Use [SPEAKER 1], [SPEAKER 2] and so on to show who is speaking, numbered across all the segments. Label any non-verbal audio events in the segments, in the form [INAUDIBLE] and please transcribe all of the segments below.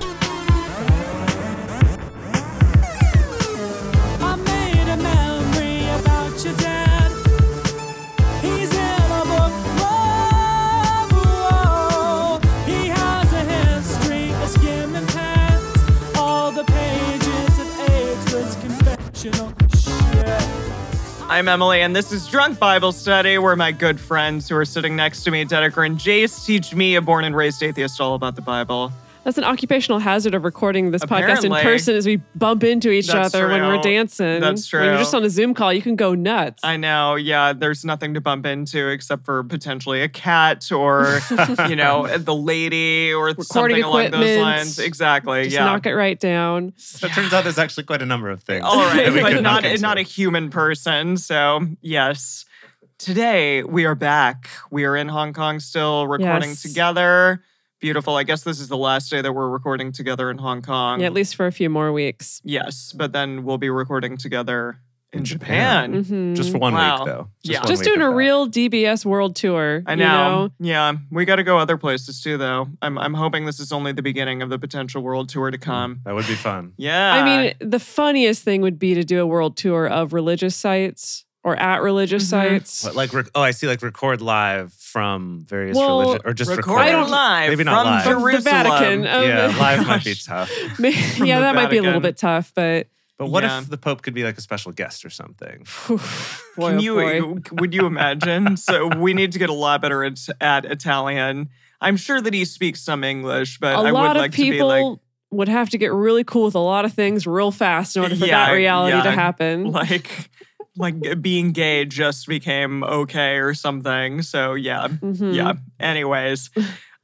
[SPEAKER 1] I made a memory about your dad. He's in a book. Whoa, whoa. He has a history of skimming past all the pages of ageless confessional shit.
[SPEAKER 2] I'm Emily, and this is Drunk Bible Study, where my good friends who are sitting next to me, Dedeker and Jace, teach me, a born and raised atheist, all about the Bible.
[SPEAKER 3] That's an occupational hazard of recording this podcast in
[SPEAKER 2] Apparently.
[SPEAKER 3] person as we bump into each
[SPEAKER 2] That's
[SPEAKER 3] other when
[SPEAKER 2] true.
[SPEAKER 3] we're dancing.
[SPEAKER 2] That's
[SPEAKER 3] When
[SPEAKER 2] true.
[SPEAKER 3] you're just on a Zoom call, you can go nuts.
[SPEAKER 2] I know, yeah, there's nothing to bump into except for potentially a cat
[SPEAKER 3] [LAUGHS]
[SPEAKER 2] or, you know, the lady or something along those
[SPEAKER 3] equipment.
[SPEAKER 2] lines. Exactly,
[SPEAKER 3] just
[SPEAKER 2] yeah.
[SPEAKER 3] knock it right down.
[SPEAKER 4] So it turns out there's actually quite a number of things.
[SPEAKER 2] All
[SPEAKER 3] [LAUGHS]
[SPEAKER 4] that
[SPEAKER 2] right,
[SPEAKER 4] we
[SPEAKER 2] but
[SPEAKER 4] could
[SPEAKER 2] not,
[SPEAKER 4] knock into.
[SPEAKER 2] not a human person. So, yes. Today, we are back. We are in Hong Kong still recording
[SPEAKER 3] Yes.
[SPEAKER 2] together. Beautiful. I guess this is the last day that we're recording together in Hong Kong.
[SPEAKER 3] Yeah, at least for a few more weeks.
[SPEAKER 2] Yes, but then we'll be recording together in,
[SPEAKER 4] In
[SPEAKER 2] Japan.
[SPEAKER 4] Japan.
[SPEAKER 3] Mhm.
[SPEAKER 4] just for one
[SPEAKER 2] Wow.
[SPEAKER 4] week though.
[SPEAKER 2] Yeah.
[SPEAKER 4] one
[SPEAKER 3] Just
[SPEAKER 4] week
[SPEAKER 3] doing
[SPEAKER 4] of
[SPEAKER 3] a
[SPEAKER 4] that.
[SPEAKER 3] real DBS world tour.
[SPEAKER 2] I
[SPEAKER 3] you
[SPEAKER 2] know. Yeah, we got to go other places too, though. I'm I'm hoping this is only the beginning of the potential world tour to come.
[SPEAKER 4] That would be fun.
[SPEAKER 2] Yeah.
[SPEAKER 3] I mean, the funniest thing would be to do a world tour of religious sites or at religious
[SPEAKER 2] Mhm.
[SPEAKER 3] sites.
[SPEAKER 4] But like, rec- oh, I see. Like, record live from various
[SPEAKER 3] Well,
[SPEAKER 4] religion, or just record.
[SPEAKER 2] recording live
[SPEAKER 4] Maybe not
[SPEAKER 2] from
[SPEAKER 4] live.
[SPEAKER 3] From the
[SPEAKER 2] Jerusalem.
[SPEAKER 3] Vatican. Oh,
[SPEAKER 4] yeah,
[SPEAKER 3] my
[SPEAKER 4] live might be
[SPEAKER 3] gosh. [LAUGHS]
[SPEAKER 4] tough.
[SPEAKER 3] May-
[SPEAKER 2] From
[SPEAKER 3] yeah,
[SPEAKER 2] the
[SPEAKER 3] that might be a little
[SPEAKER 2] Vatican.
[SPEAKER 3] bit tough, but
[SPEAKER 4] But what
[SPEAKER 2] Yeah.
[SPEAKER 4] if the Pope could be like a special guest or something?
[SPEAKER 3] boy,
[SPEAKER 2] Can
[SPEAKER 3] oh,
[SPEAKER 2] you?
[SPEAKER 3] boy.
[SPEAKER 2] Would you
[SPEAKER 3] [LAUGHS]
[SPEAKER 2] imagine? so we need to get a lot better at, at Italian. I'm sure that he speaks some English, but
[SPEAKER 3] A
[SPEAKER 2] I
[SPEAKER 3] lot
[SPEAKER 2] would
[SPEAKER 3] of
[SPEAKER 2] like to be
[SPEAKER 3] people
[SPEAKER 2] like
[SPEAKER 3] would have to get really cool with a lot of things real fast in order for
[SPEAKER 2] Yeah,
[SPEAKER 3] that reality
[SPEAKER 2] yeah.
[SPEAKER 3] to
[SPEAKER 2] [LAUGHS]
[SPEAKER 3] happen.
[SPEAKER 2] like like being gay just became okay or something. So yeah,
[SPEAKER 3] Mhm.
[SPEAKER 2] yeah. Anyways,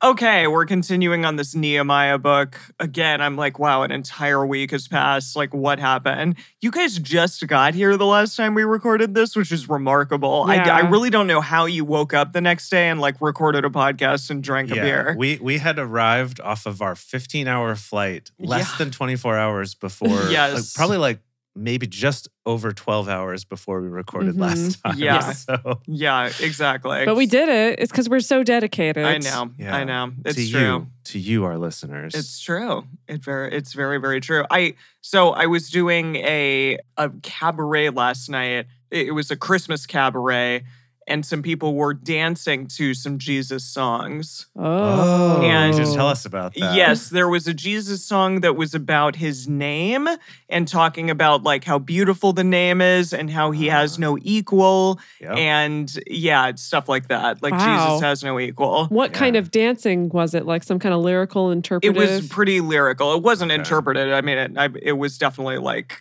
[SPEAKER 2] okay, we're continuing on this Nehemiah book again. I'm like, wow, an entire week has passed. Like, what happened? You guys just got here the last time we recorded this, which is remarkable. I, I
[SPEAKER 3] Yeah.
[SPEAKER 2] really don't know how you woke up the next day and like recorded a podcast and drank a beer.
[SPEAKER 4] we we had arrived off of our 15 hour flight less
[SPEAKER 2] Yeah.
[SPEAKER 4] than 24 hours before. like,
[SPEAKER 2] Yes.
[SPEAKER 4] probably like maybe just over 12 hours before we recorded
[SPEAKER 3] Mhm.
[SPEAKER 4] last time.
[SPEAKER 2] Mm-hmm. Yeah.
[SPEAKER 4] [LAUGHS] So
[SPEAKER 2] yeah, exactly.
[SPEAKER 3] But we did it. It's because we're so dedicated.
[SPEAKER 2] I know.
[SPEAKER 4] Yeah.
[SPEAKER 2] I know. It's
[SPEAKER 4] to
[SPEAKER 2] true.
[SPEAKER 4] you, to you, our listeners,
[SPEAKER 2] It's true. It very it's very very true. I so I was doing a a cabaret last night. It it was a Christmas cabaret and some people were dancing to some Jesus songs.
[SPEAKER 3] Oh.
[SPEAKER 2] And-
[SPEAKER 4] you should tell us about that.
[SPEAKER 2] Yes, there was a Jesus song that was about his name and talking about like how beautiful the name is and how he has no equal
[SPEAKER 4] Yep.
[SPEAKER 2] and yeah, it's stuff like that. Like
[SPEAKER 3] Wow.
[SPEAKER 2] Jesus has no equal.
[SPEAKER 3] What
[SPEAKER 4] Yeah.
[SPEAKER 3] kind of dancing was it? Like some kind of lyrical
[SPEAKER 2] it
[SPEAKER 3] interpretive?
[SPEAKER 2] was pretty lyrical. It wasn't
[SPEAKER 4] Okay.
[SPEAKER 2] interpreted. I mean, it, I, it was definitely like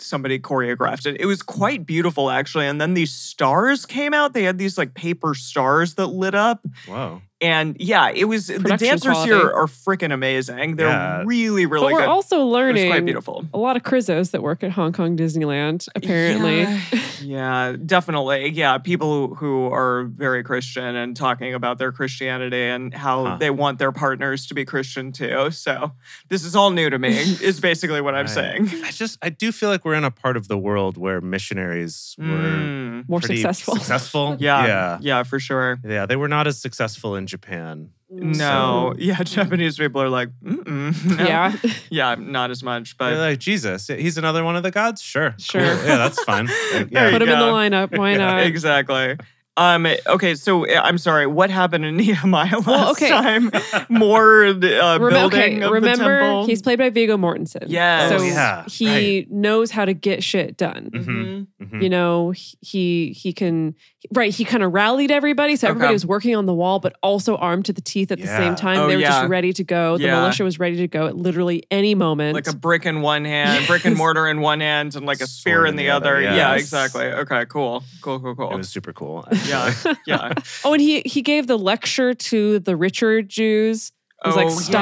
[SPEAKER 2] somebody choreographed it. It was quite beautiful, actually. And then these stars came out. They had these like paper stars that lit up.
[SPEAKER 4] Whoa.
[SPEAKER 2] And yeah, it was the
[SPEAKER 3] Production
[SPEAKER 2] dancers here
[SPEAKER 3] quality.
[SPEAKER 2] are freaking amazing. They're
[SPEAKER 4] Yeah.
[SPEAKER 2] really,
[SPEAKER 3] but
[SPEAKER 2] really
[SPEAKER 3] we're
[SPEAKER 2] good.
[SPEAKER 3] also
[SPEAKER 2] it was
[SPEAKER 3] learning
[SPEAKER 2] quite beautiful.
[SPEAKER 3] a lot of crizzos that work at Hong Kong Disneyland, apparently.
[SPEAKER 2] Yeah, yeah, definitely. Yeah, people who- who are very Christian and talking about their Christianity and how
[SPEAKER 4] Huh.
[SPEAKER 2] they want their partners to be Christian too. So this is all new to me. is basically what I'm
[SPEAKER 4] Right.
[SPEAKER 2] saying.
[SPEAKER 4] I just I do feel like we're in a part of the world where missionaries were
[SPEAKER 2] Mm.
[SPEAKER 3] More
[SPEAKER 4] pretty
[SPEAKER 3] successful. [LAUGHS]
[SPEAKER 4] Successful,
[SPEAKER 2] Yeah, yeah,
[SPEAKER 4] yeah,
[SPEAKER 2] for sure.
[SPEAKER 4] yeah. They were not as successful in Japan.
[SPEAKER 2] No, [LAUGHS] yeah, Japanese people are like, Mm-mm, [LAUGHS] no.
[SPEAKER 3] [LAUGHS] Yeah.
[SPEAKER 2] yeah, not as much,
[SPEAKER 4] They're
[SPEAKER 2] but
[SPEAKER 4] like Jesus, he's another one of the gods. Sure,
[SPEAKER 3] Sure.
[SPEAKER 4] cool. [LAUGHS] yeah, that's
[SPEAKER 3] [LAUGHS]
[SPEAKER 4] fine. Like,
[SPEAKER 2] There
[SPEAKER 4] yeah.
[SPEAKER 2] you
[SPEAKER 3] Put them in the
[SPEAKER 2] go.
[SPEAKER 3] lineup. Why not?
[SPEAKER 2] exactly. Um, okay, so uh, I'm sorry. What happened in [LAUGHS] Nehemiah last
[SPEAKER 3] okay.
[SPEAKER 4] [LAUGHS]
[SPEAKER 2] time? More uh,
[SPEAKER 3] Remember,
[SPEAKER 2] building of the
[SPEAKER 3] remember
[SPEAKER 2] temple.
[SPEAKER 3] he's played by Vigo Mortensen.
[SPEAKER 2] Yes.
[SPEAKER 3] So
[SPEAKER 4] Oh, yeah,
[SPEAKER 3] he knows how to get shit done.
[SPEAKER 2] Mhm.
[SPEAKER 4] Mhm.
[SPEAKER 3] you know h- he he can right he kind of rallied everybody so everybody
[SPEAKER 2] Okay.
[SPEAKER 3] was working on the wall but also armed to the teeth at the
[SPEAKER 4] Yeah.
[SPEAKER 3] same time
[SPEAKER 2] Oh,
[SPEAKER 3] they were
[SPEAKER 2] yeah.
[SPEAKER 3] just ready to go the
[SPEAKER 2] Yeah.
[SPEAKER 3] militia was ready to go at literally any moment
[SPEAKER 2] like a brick in one hand, brick and
[SPEAKER 3] Mm-hmm. Yes.
[SPEAKER 2] mortar in one hand, and like a
[SPEAKER 4] Sword
[SPEAKER 2] spear in
[SPEAKER 4] in
[SPEAKER 2] the,
[SPEAKER 4] the
[SPEAKER 2] other.
[SPEAKER 4] other,
[SPEAKER 2] Yeah,
[SPEAKER 4] yes.
[SPEAKER 2] exactly. Okay, cool, cool, cool, cool.
[SPEAKER 4] It was super cool.
[SPEAKER 3] [LAUGHS]
[SPEAKER 2] yeah, yeah.
[SPEAKER 3] oh and he he gave the lecture to the richer jews It
[SPEAKER 2] Oh,
[SPEAKER 3] was like, stop-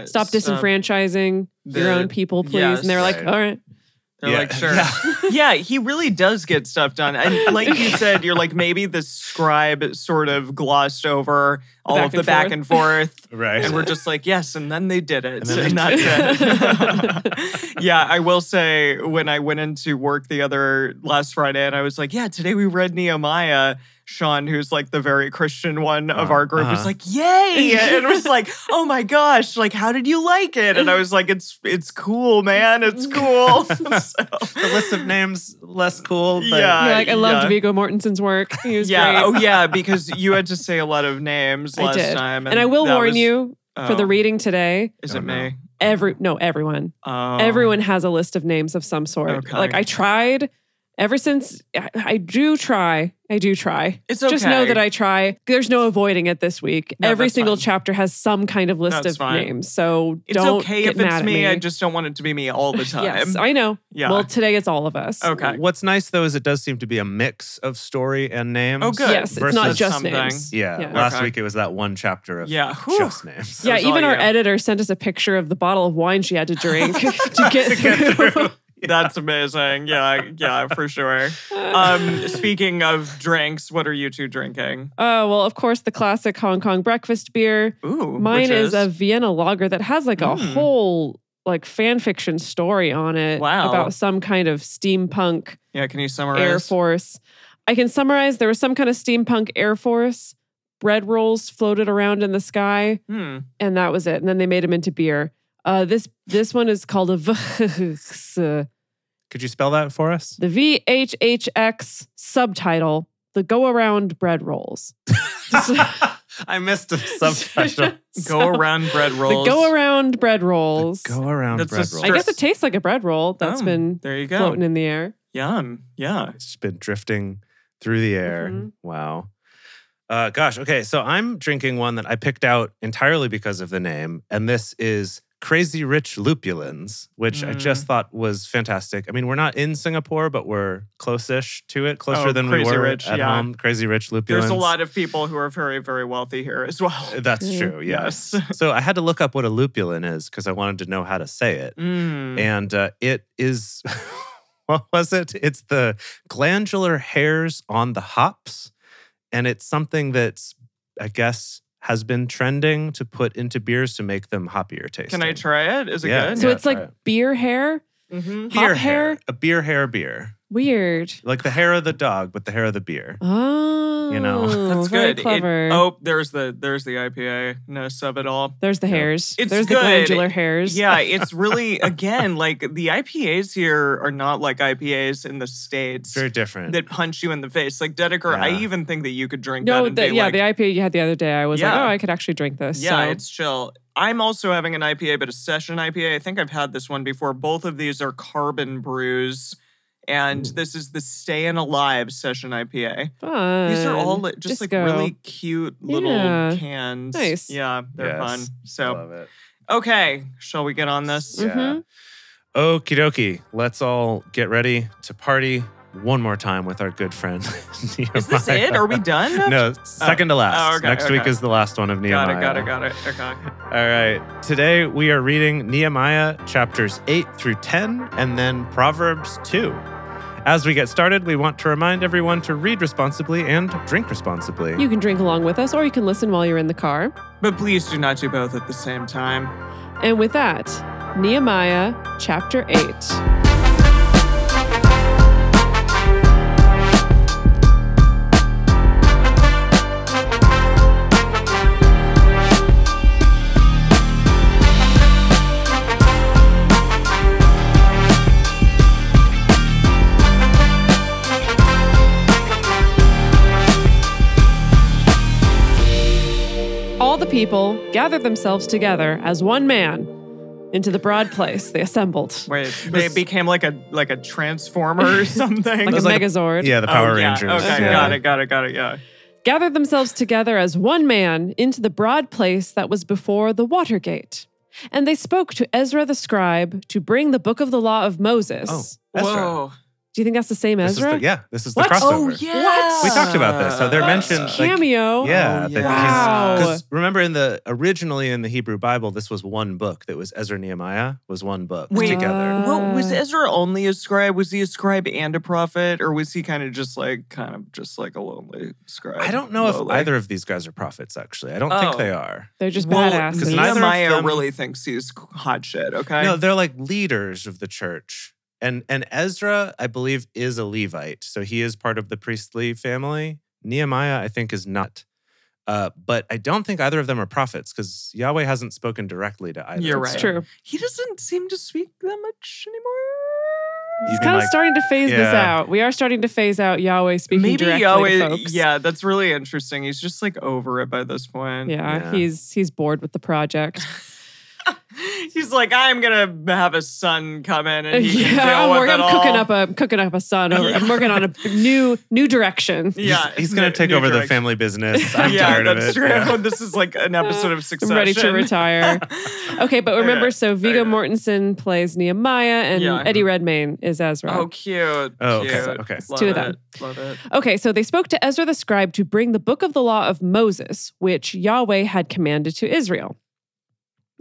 [SPEAKER 2] yeah,
[SPEAKER 3] stop disenfranchising your
[SPEAKER 2] um, The-
[SPEAKER 3] own people please
[SPEAKER 2] yes.
[SPEAKER 3] and they were like
[SPEAKER 4] Right.
[SPEAKER 3] all right
[SPEAKER 2] They're
[SPEAKER 4] [LAUGHS] Yeah.
[SPEAKER 2] like, sure.
[SPEAKER 5] Yeah.
[SPEAKER 2] yeah, he really does get stuff done. And like
[SPEAKER 3] [LAUGHS]
[SPEAKER 2] you said, you're like, maybe the scribe sort of glossed over all
[SPEAKER 3] Back
[SPEAKER 2] of the
[SPEAKER 3] and
[SPEAKER 2] back
[SPEAKER 3] forth.
[SPEAKER 2] and
[SPEAKER 4] [LAUGHS]
[SPEAKER 2] forth.
[SPEAKER 4] Right.
[SPEAKER 2] And we're just like, yes, and then they did it.
[SPEAKER 5] And
[SPEAKER 2] And,
[SPEAKER 5] then they
[SPEAKER 2] that's
[SPEAKER 3] did
[SPEAKER 2] it. [LAUGHS] yeah, I will say when I went into work the other last Friday and I was like, yeah, today we read Nehemiah, Sean, who's like the very Christian one of
[SPEAKER 4] Uh,
[SPEAKER 2] our group,
[SPEAKER 4] uh-huh.
[SPEAKER 2] was like, yay. and was like, oh my gosh, like, how did you like it? And I was like, it's it's cool, man. It's cool. [LAUGHS] So-
[SPEAKER 4] the list of names less cool. But
[SPEAKER 2] Yeah.
[SPEAKER 3] You're like, I loved
[SPEAKER 2] Uh, yeah.
[SPEAKER 3] Vigo Mortensen's work. He was
[SPEAKER 2] yeah.
[SPEAKER 3] great.
[SPEAKER 2] Oh,
[SPEAKER 3] [LAUGHS]
[SPEAKER 2] yeah. Because you had to say a lot of names
[SPEAKER 3] I
[SPEAKER 2] last
[SPEAKER 3] did.
[SPEAKER 2] time.
[SPEAKER 3] and I will
[SPEAKER 2] that
[SPEAKER 3] warn
[SPEAKER 2] was-
[SPEAKER 3] you for the
[SPEAKER 2] oh,
[SPEAKER 3] reading today.
[SPEAKER 2] Is
[SPEAKER 4] Oh,
[SPEAKER 2] it
[SPEAKER 4] no.
[SPEAKER 2] me?
[SPEAKER 3] Every no, everyone,
[SPEAKER 2] Oh.
[SPEAKER 3] everyone has a list of names of some sort.
[SPEAKER 2] Okay.
[SPEAKER 3] Like I tried. Ever since I, I do try, I do try.
[SPEAKER 2] It's okay.
[SPEAKER 3] Just know that I try. There's no avoiding it this week.
[SPEAKER 2] No,
[SPEAKER 3] Every
[SPEAKER 2] that's
[SPEAKER 3] single
[SPEAKER 2] fine.
[SPEAKER 3] chapter has some kind of list
[SPEAKER 2] That's
[SPEAKER 3] of
[SPEAKER 2] fine.
[SPEAKER 3] names. So
[SPEAKER 2] It's
[SPEAKER 3] don't
[SPEAKER 2] okay
[SPEAKER 3] get
[SPEAKER 2] if
[SPEAKER 3] mad
[SPEAKER 2] it's
[SPEAKER 3] at
[SPEAKER 2] me.
[SPEAKER 3] me.
[SPEAKER 2] I just don't want it to be me all the time.
[SPEAKER 3] [LAUGHS] Yes, I know.
[SPEAKER 2] yeah.
[SPEAKER 3] Well, today it's all of us.
[SPEAKER 2] okay.
[SPEAKER 4] What's nice though is it does seem to be a mix of story and names.
[SPEAKER 2] Oh, good.
[SPEAKER 3] Yes, it's not
[SPEAKER 4] Versus
[SPEAKER 3] just
[SPEAKER 2] something.
[SPEAKER 3] names. [LAUGHS]
[SPEAKER 4] Yeah.
[SPEAKER 3] Yeah.
[SPEAKER 4] Last
[SPEAKER 2] Okay.
[SPEAKER 4] week it was that one chapter of
[SPEAKER 2] Yeah. Whew.
[SPEAKER 4] just names.
[SPEAKER 3] Yeah,
[SPEAKER 2] was all
[SPEAKER 3] even our
[SPEAKER 2] you.
[SPEAKER 3] editor sent us a picture of the bottle of wine she had
[SPEAKER 2] [LAUGHS]
[SPEAKER 3] to drink to get, through.
[SPEAKER 2] That's amazing. Yeah. Yeah, for sure. Um, speaking of drinks, what are you two drinking?
[SPEAKER 3] [LAUGHS] Oh, well, of course, the classic Hong Kong breakfast beer.
[SPEAKER 2] Ooh.
[SPEAKER 3] Mine
[SPEAKER 2] which is
[SPEAKER 3] is, a Vienna lager that has like a
[SPEAKER 2] Mm.
[SPEAKER 3] whole like fan fiction story on it
[SPEAKER 2] Wow.
[SPEAKER 3] about some kind of steampunk
[SPEAKER 2] Yeah. Can you summarize?
[SPEAKER 3] air force. I can summarize there was some kind of steampunk air force. Bread rolls floated around in the sky, [LAUGHS]
[SPEAKER 2] Hmm.
[SPEAKER 3] and that was it. And then they made them into beer. Uh, this this one is called a [LAUGHS] Vhx.
[SPEAKER 4] Could you spell that
[SPEAKER 3] [LAUGHS]
[SPEAKER 4] for us?
[SPEAKER 3] The VHHX subtitle, The Go Around Bread Rolls.
[SPEAKER 4] I missed [LAUGHS]
[SPEAKER 3] [LAUGHS]
[SPEAKER 4] the subtitle.
[SPEAKER 2] Go around bread
[SPEAKER 3] The
[SPEAKER 2] rolls.
[SPEAKER 3] Go Around Bread Rolls.
[SPEAKER 4] Go around
[SPEAKER 2] That's a
[SPEAKER 4] bread
[SPEAKER 2] str-
[SPEAKER 4] roll.
[SPEAKER 3] I guess it tastes like a bread roll that's
[SPEAKER 2] Oh,
[SPEAKER 3] been
[SPEAKER 2] There you go.
[SPEAKER 3] floating in the air.
[SPEAKER 2] Yum. Yeah.
[SPEAKER 4] It's just been drifting through the air.
[SPEAKER 2] Mm-hmm.
[SPEAKER 3] Mhm.
[SPEAKER 4] Wow. Uh, gosh. Okay. So I'm drinking one that I picked out entirely because of the name, and this is Crazy Rich Lupulins, which I
[SPEAKER 2] Mm.
[SPEAKER 4] just thought was fantastic. I mean, we're not in Singapore, but we're close-ish to it, closer
[SPEAKER 2] Oh,
[SPEAKER 4] than we
[SPEAKER 2] Crazy
[SPEAKER 4] were
[SPEAKER 2] Rich,
[SPEAKER 4] at
[SPEAKER 2] yeah.
[SPEAKER 4] home. Crazy Rich Lupulins.
[SPEAKER 2] There's a lot of people who are very, very wealthy here as well.
[SPEAKER 4] That's
[SPEAKER 3] Mm.
[SPEAKER 4] true.
[SPEAKER 2] [LAUGHS]
[SPEAKER 4] Yes.
[SPEAKER 2] Yes.
[SPEAKER 4] so I had to look up what a lupulin is because I wanted to know how to say it.
[SPEAKER 2] Mm.
[SPEAKER 4] and uh, it is [LAUGHS] what was it? It's the glandular hairs on the hops, and it's something that's I guess has been trending to put into beers to make them hoppier tasting.
[SPEAKER 2] Can I try it? Is it
[SPEAKER 4] Yeah.
[SPEAKER 2] good?
[SPEAKER 3] So
[SPEAKER 4] Yeah,
[SPEAKER 3] it's like
[SPEAKER 4] try it.
[SPEAKER 3] beer hair.
[SPEAKER 2] Mm-hmm.
[SPEAKER 4] beer
[SPEAKER 3] hop hair?
[SPEAKER 4] A beer hair beer,
[SPEAKER 3] Weird.
[SPEAKER 4] like the hair of the dog, but the hair of the beer.
[SPEAKER 3] Oh,
[SPEAKER 4] know.
[SPEAKER 2] [LAUGHS] That's
[SPEAKER 3] very
[SPEAKER 2] good. It-
[SPEAKER 3] clever.
[SPEAKER 2] oh, there's the there's the IPA-ness of it all.
[SPEAKER 3] There's the hairs.
[SPEAKER 2] It's
[SPEAKER 3] There's
[SPEAKER 2] good.
[SPEAKER 3] the glandular hairs. [LAUGHS]
[SPEAKER 2] Yeah, it's really again like the IPAs here are not like IPAs in the
[SPEAKER 4] It's
[SPEAKER 2] states
[SPEAKER 4] very different.
[SPEAKER 2] that punch you in the face. Like Dedeker, I
[SPEAKER 4] Yeah.
[SPEAKER 2] even think that you could drink that.
[SPEAKER 3] No,
[SPEAKER 2] and
[SPEAKER 3] the,
[SPEAKER 2] be
[SPEAKER 3] yeah,
[SPEAKER 2] like,
[SPEAKER 3] the IPA you had the other day, I was like,
[SPEAKER 2] Yeah.
[SPEAKER 3] oh, I could actually drink this.
[SPEAKER 2] Yeah,
[SPEAKER 3] so.
[SPEAKER 2] it's chill. I'm also having an IPA, but a session IPA. I think I've had this one before. Both of these are carbon brews, and
[SPEAKER 3] Mm.
[SPEAKER 2] this is the Stayin' Alive session IPA.
[SPEAKER 3] fun.
[SPEAKER 2] These are all li- just
[SPEAKER 3] Disco.
[SPEAKER 2] like really cute little
[SPEAKER 3] Yeah.
[SPEAKER 2] cans.
[SPEAKER 3] Nice.
[SPEAKER 2] Yeah, they're
[SPEAKER 4] Yes.
[SPEAKER 2] fun.
[SPEAKER 4] I
[SPEAKER 2] So,
[SPEAKER 4] love it.
[SPEAKER 2] okay, shall we get on this?
[SPEAKER 4] Yeah.
[SPEAKER 3] Mhm.
[SPEAKER 4] Okie dokie. Let's all get ready to party one more time with our good friend. [LAUGHS]
[SPEAKER 2] Is this
[SPEAKER 4] Nehemiah.
[SPEAKER 2] it? Are we done?
[SPEAKER 4] No, second to last.
[SPEAKER 2] oh. okay,
[SPEAKER 4] Next week
[SPEAKER 2] okay.
[SPEAKER 4] is the last one of Nehemiah.
[SPEAKER 2] Got it, got it, got it. Okay.
[SPEAKER 4] All right. Today we are reading Nehemiah chapters 8 through 10 and then Proverbs 2. As we get started, we want to remind everyone to read responsibly and drink responsibly.
[SPEAKER 3] You can drink along with us, or you can listen while you're in the car.
[SPEAKER 2] But please do not do both at the same time.
[SPEAKER 3] And with that, Nehemiah chapter 8. All the people gathered themselves together as one man into the broad place. They assembled
[SPEAKER 2] Wait, they became like a like a
[SPEAKER 3] [LAUGHS]
[SPEAKER 2] transformer or something.
[SPEAKER 3] like a
[SPEAKER 4] was like a-
[SPEAKER 3] megazord.
[SPEAKER 4] yeah, the
[SPEAKER 2] Oh,
[SPEAKER 4] Power
[SPEAKER 2] yeah.
[SPEAKER 4] Rangers.
[SPEAKER 2] Okay,
[SPEAKER 4] yeah.
[SPEAKER 2] got it, got it, got it. Yeah.
[SPEAKER 3] gathered themselves together as one man into the broad place that was before the water gate. And they spoke to Ezra the scribe to bring the book of the law of Moses
[SPEAKER 4] Ezra.
[SPEAKER 2] Whoa.
[SPEAKER 3] Do you think that's the same
[SPEAKER 4] Oh. This is
[SPEAKER 3] Ezra?
[SPEAKER 4] the, yeah, this is the
[SPEAKER 3] What?
[SPEAKER 2] Oh
[SPEAKER 4] crossover.
[SPEAKER 2] yeah,
[SPEAKER 4] We talked about this. So they're mentioned, like-
[SPEAKER 3] Cameo.
[SPEAKER 4] Yeah,
[SPEAKER 2] Oh,
[SPEAKER 4] that he's-
[SPEAKER 3] yeah.
[SPEAKER 4] Because remember, in the originally in the Hebrew Bible, this was one book that was Ezra and Nehemiah was one book
[SPEAKER 2] Wait.
[SPEAKER 4] together.
[SPEAKER 2] Well, was Ezra only a scribe? Was he a scribe and a prophet, or was he kind of just like kind of just like a lonely scribe?
[SPEAKER 4] I don't know if
[SPEAKER 2] Low-life?
[SPEAKER 4] either of these guys are prophets. Actually, I don't think
[SPEAKER 2] Oh.
[SPEAKER 4] they are.
[SPEAKER 3] They're just
[SPEAKER 2] well,
[SPEAKER 3] badasses.
[SPEAKER 4] 'cause neither- of
[SPEAKER 2] Nehemiah
[SPEAKER 4] them-
[SPEAKER 2] really thinks he's hot shit. Okay,
[SPEAKER 4] No, they're like leaders of the church. And and Ezra, I believe, is a Levite, so he is part of the priestly family. Nehemiah, I think, is not. Uh, but I don't think either of them are prophets because Yahweh hasn't spoken directly to either.
[SPEAKER 2] You're
[SPEAKER 4] of
[SPEAKER 2] right.
[SPEAKER 3] It's
[SPEAKER 4] them.
[SPEAKER 3] true.
[SPEAKER 2] he doesn't seem to speak that much anymore.
[SPEAKER 4] You
[SPEAKER 3] It's
[SPEAKER 4] mean,
[SPEAKER 3] kind of
[SPEAKER 4] like,
[SPEAKER 3] starting to phase this
[SPEAKER 4] yeah.
[SPEAKER 3] out. We are starting to phase out Yahweh speaking
[SPEAKER 2] Maybe
[SPEAKER 3] directly
[SPEAKER 2] Yahweh.
[SPEAKER 3] to folks.
[SPEAKER 2] Yeah, that's really interesting. He's just like over it by this point.
[SPEAKER 3] Yeah,
[SPEAKER 4] Yeah.
[SPEAKER 3] he's he's bored with the project.
[SPEAKER 2] He's like, I'm gonna have a son come in and he can
[SPEAKER 3] [LAUGHS] yeah,
[SPEAKER 2] deal
[SPEAKER 3] I'm,
[SPEAKER 2] with
[SPEAKER 3] work-
[SPEAKER 2] it
[SPEAKER 3] I'm
[SPEAKER 2] all.
[SPEAKER 3] cooking up a I'm cooking up a son. Over, I'm working on a new new direction.
[SPEAKER 4] He's-
[SPEAKER 2] yeah,
[SPEAKER 4] he's, gonna
[SPEAKER 2] new-
[SPEAKER 4] take
[SPEAKER 2] new
[SPEAKER 4] over the
[SPEAKER 2] direction. [LAUGHS]
[SPEAKER 4] family business. I'm
[SPEAKER 2] yeah,
[SPEAKER 4] tired
[SPEAKER 2] that's
[SPEAKER 4] of it.
[SPEAKER 2] true. [LAUGHS]
[SPEAKER 4] Yeah.
[SPEAKER 2] This is like
[SPEAKER 3] [LAUGHS]
[SPEAKER 2] an episode of
[SPEAKER 3] I'm
[SPEAKER 2] Succession.
[SPEAKER 3] ready to
[SPEAKER 2] [LAUGHS]
[SPEAKER 3] retire. Okay, but remember,
[SPEAKER 2] Okay,
[SPEAKER 3] so Vigo
[SPEAKER 2] okay.
[SPEAKER 3] Mortensen plays Nehemiah, and
[SPEAKER 2] Yeah. uh-huh.
[SPEAKER 3] Eddie Redmayne is Ezra.
[SPEAKER 2] Oh, cute.
[SPEAKER 4] Oh, okay,
[SPEAKER 2] cute.
[SPEAKER 4] okay. It's
[SPEAKER 2] Love
[SPEAKER 3] two
[SPEAKER 2] it.
[SPEAKER 3] of them.
[SPEAKER 2] Love it.
[SPEAKER 3] Okay, so they spoke to Ezra the scribe to bring the book of the law of Moses, which Yahweh had commanded to Israel.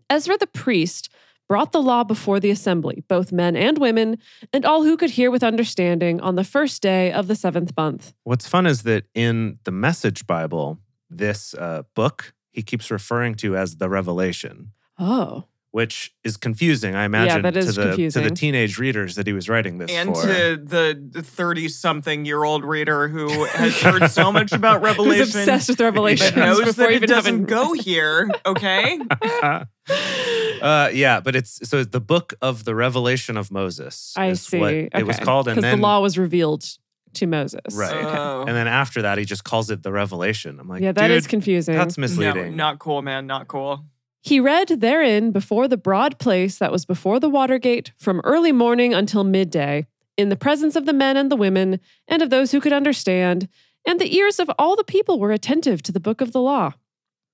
[SPEAKER 3] Ezra the priest brought the law before the assembly, both men and women, and all who could hear with understanding on the first day of the seventh month.
[SPEAKER 4] What's fun is that in the Message Bible, this uh, book he keeps referring to as the Revelation,
[SPEAKER 3] Oh,
[SPEAKER 4] which is confusing. I imagine
[SPEAKER 3] that is
[SPEAKER 4] to the to
[SPEAKER 3] confusing.
[SPEAKER 4] the teenage readers that he was writing this
[SPEAKER 2] And
[SPEAKER 4] for.
[SPEAKER 2] to the 30 something year old reader who has heard so much about Revelation.
[SPEAKER 3] [LAUGHS] who's obsessed with Revelation
[SPEAKER 2] But knows
[SPEAKER 3] before
[SPEAKER 2] that it
[SPEAKER 3] even
[SPEAKER 2] doesn't
[SPEAKER 3] having [LAUGHS]
[SPEAKER 2] go here, okay?
[SPEAKER 4] uh, yeah, but it's so it's the book of the Revelation of Moses.
[SPEAKER 3] I
[SPEAKER 4] is
[SPEAKER 3] see.
[SPEAKER 4] What
[SPEAKER 3] okay.
[SPEAKER 4] It was called, and
[SPEAKER 3] because
[SPEAKER 4] then
[SPEAKER 3] the law was revealed to Moses.
[SPEAKER 4] Right.
[SPEAKER 3] Okay.
[SPEAKER 2] Oh.
[SPEAKER 4] [LAUGHS] and then after that, he just calls it the Revelation. I'm like,
[SPEAKER 3] yeah, that
[SPEAKER 4] Dude,
[SPEAKER 3] is confusing.
[SPEAKER 4] That's
[SPEAKER 2] no,
[SPEAKER 4] misleading.
[SPEAKER 2] not cool, man. Not cool.
[SPEAKER 3] He read therein before the broad place that was before the water gate from early morning until midday, in the presence of the men and the women, and of those who could understand, and the ears of all the people were attentive to the book of the law.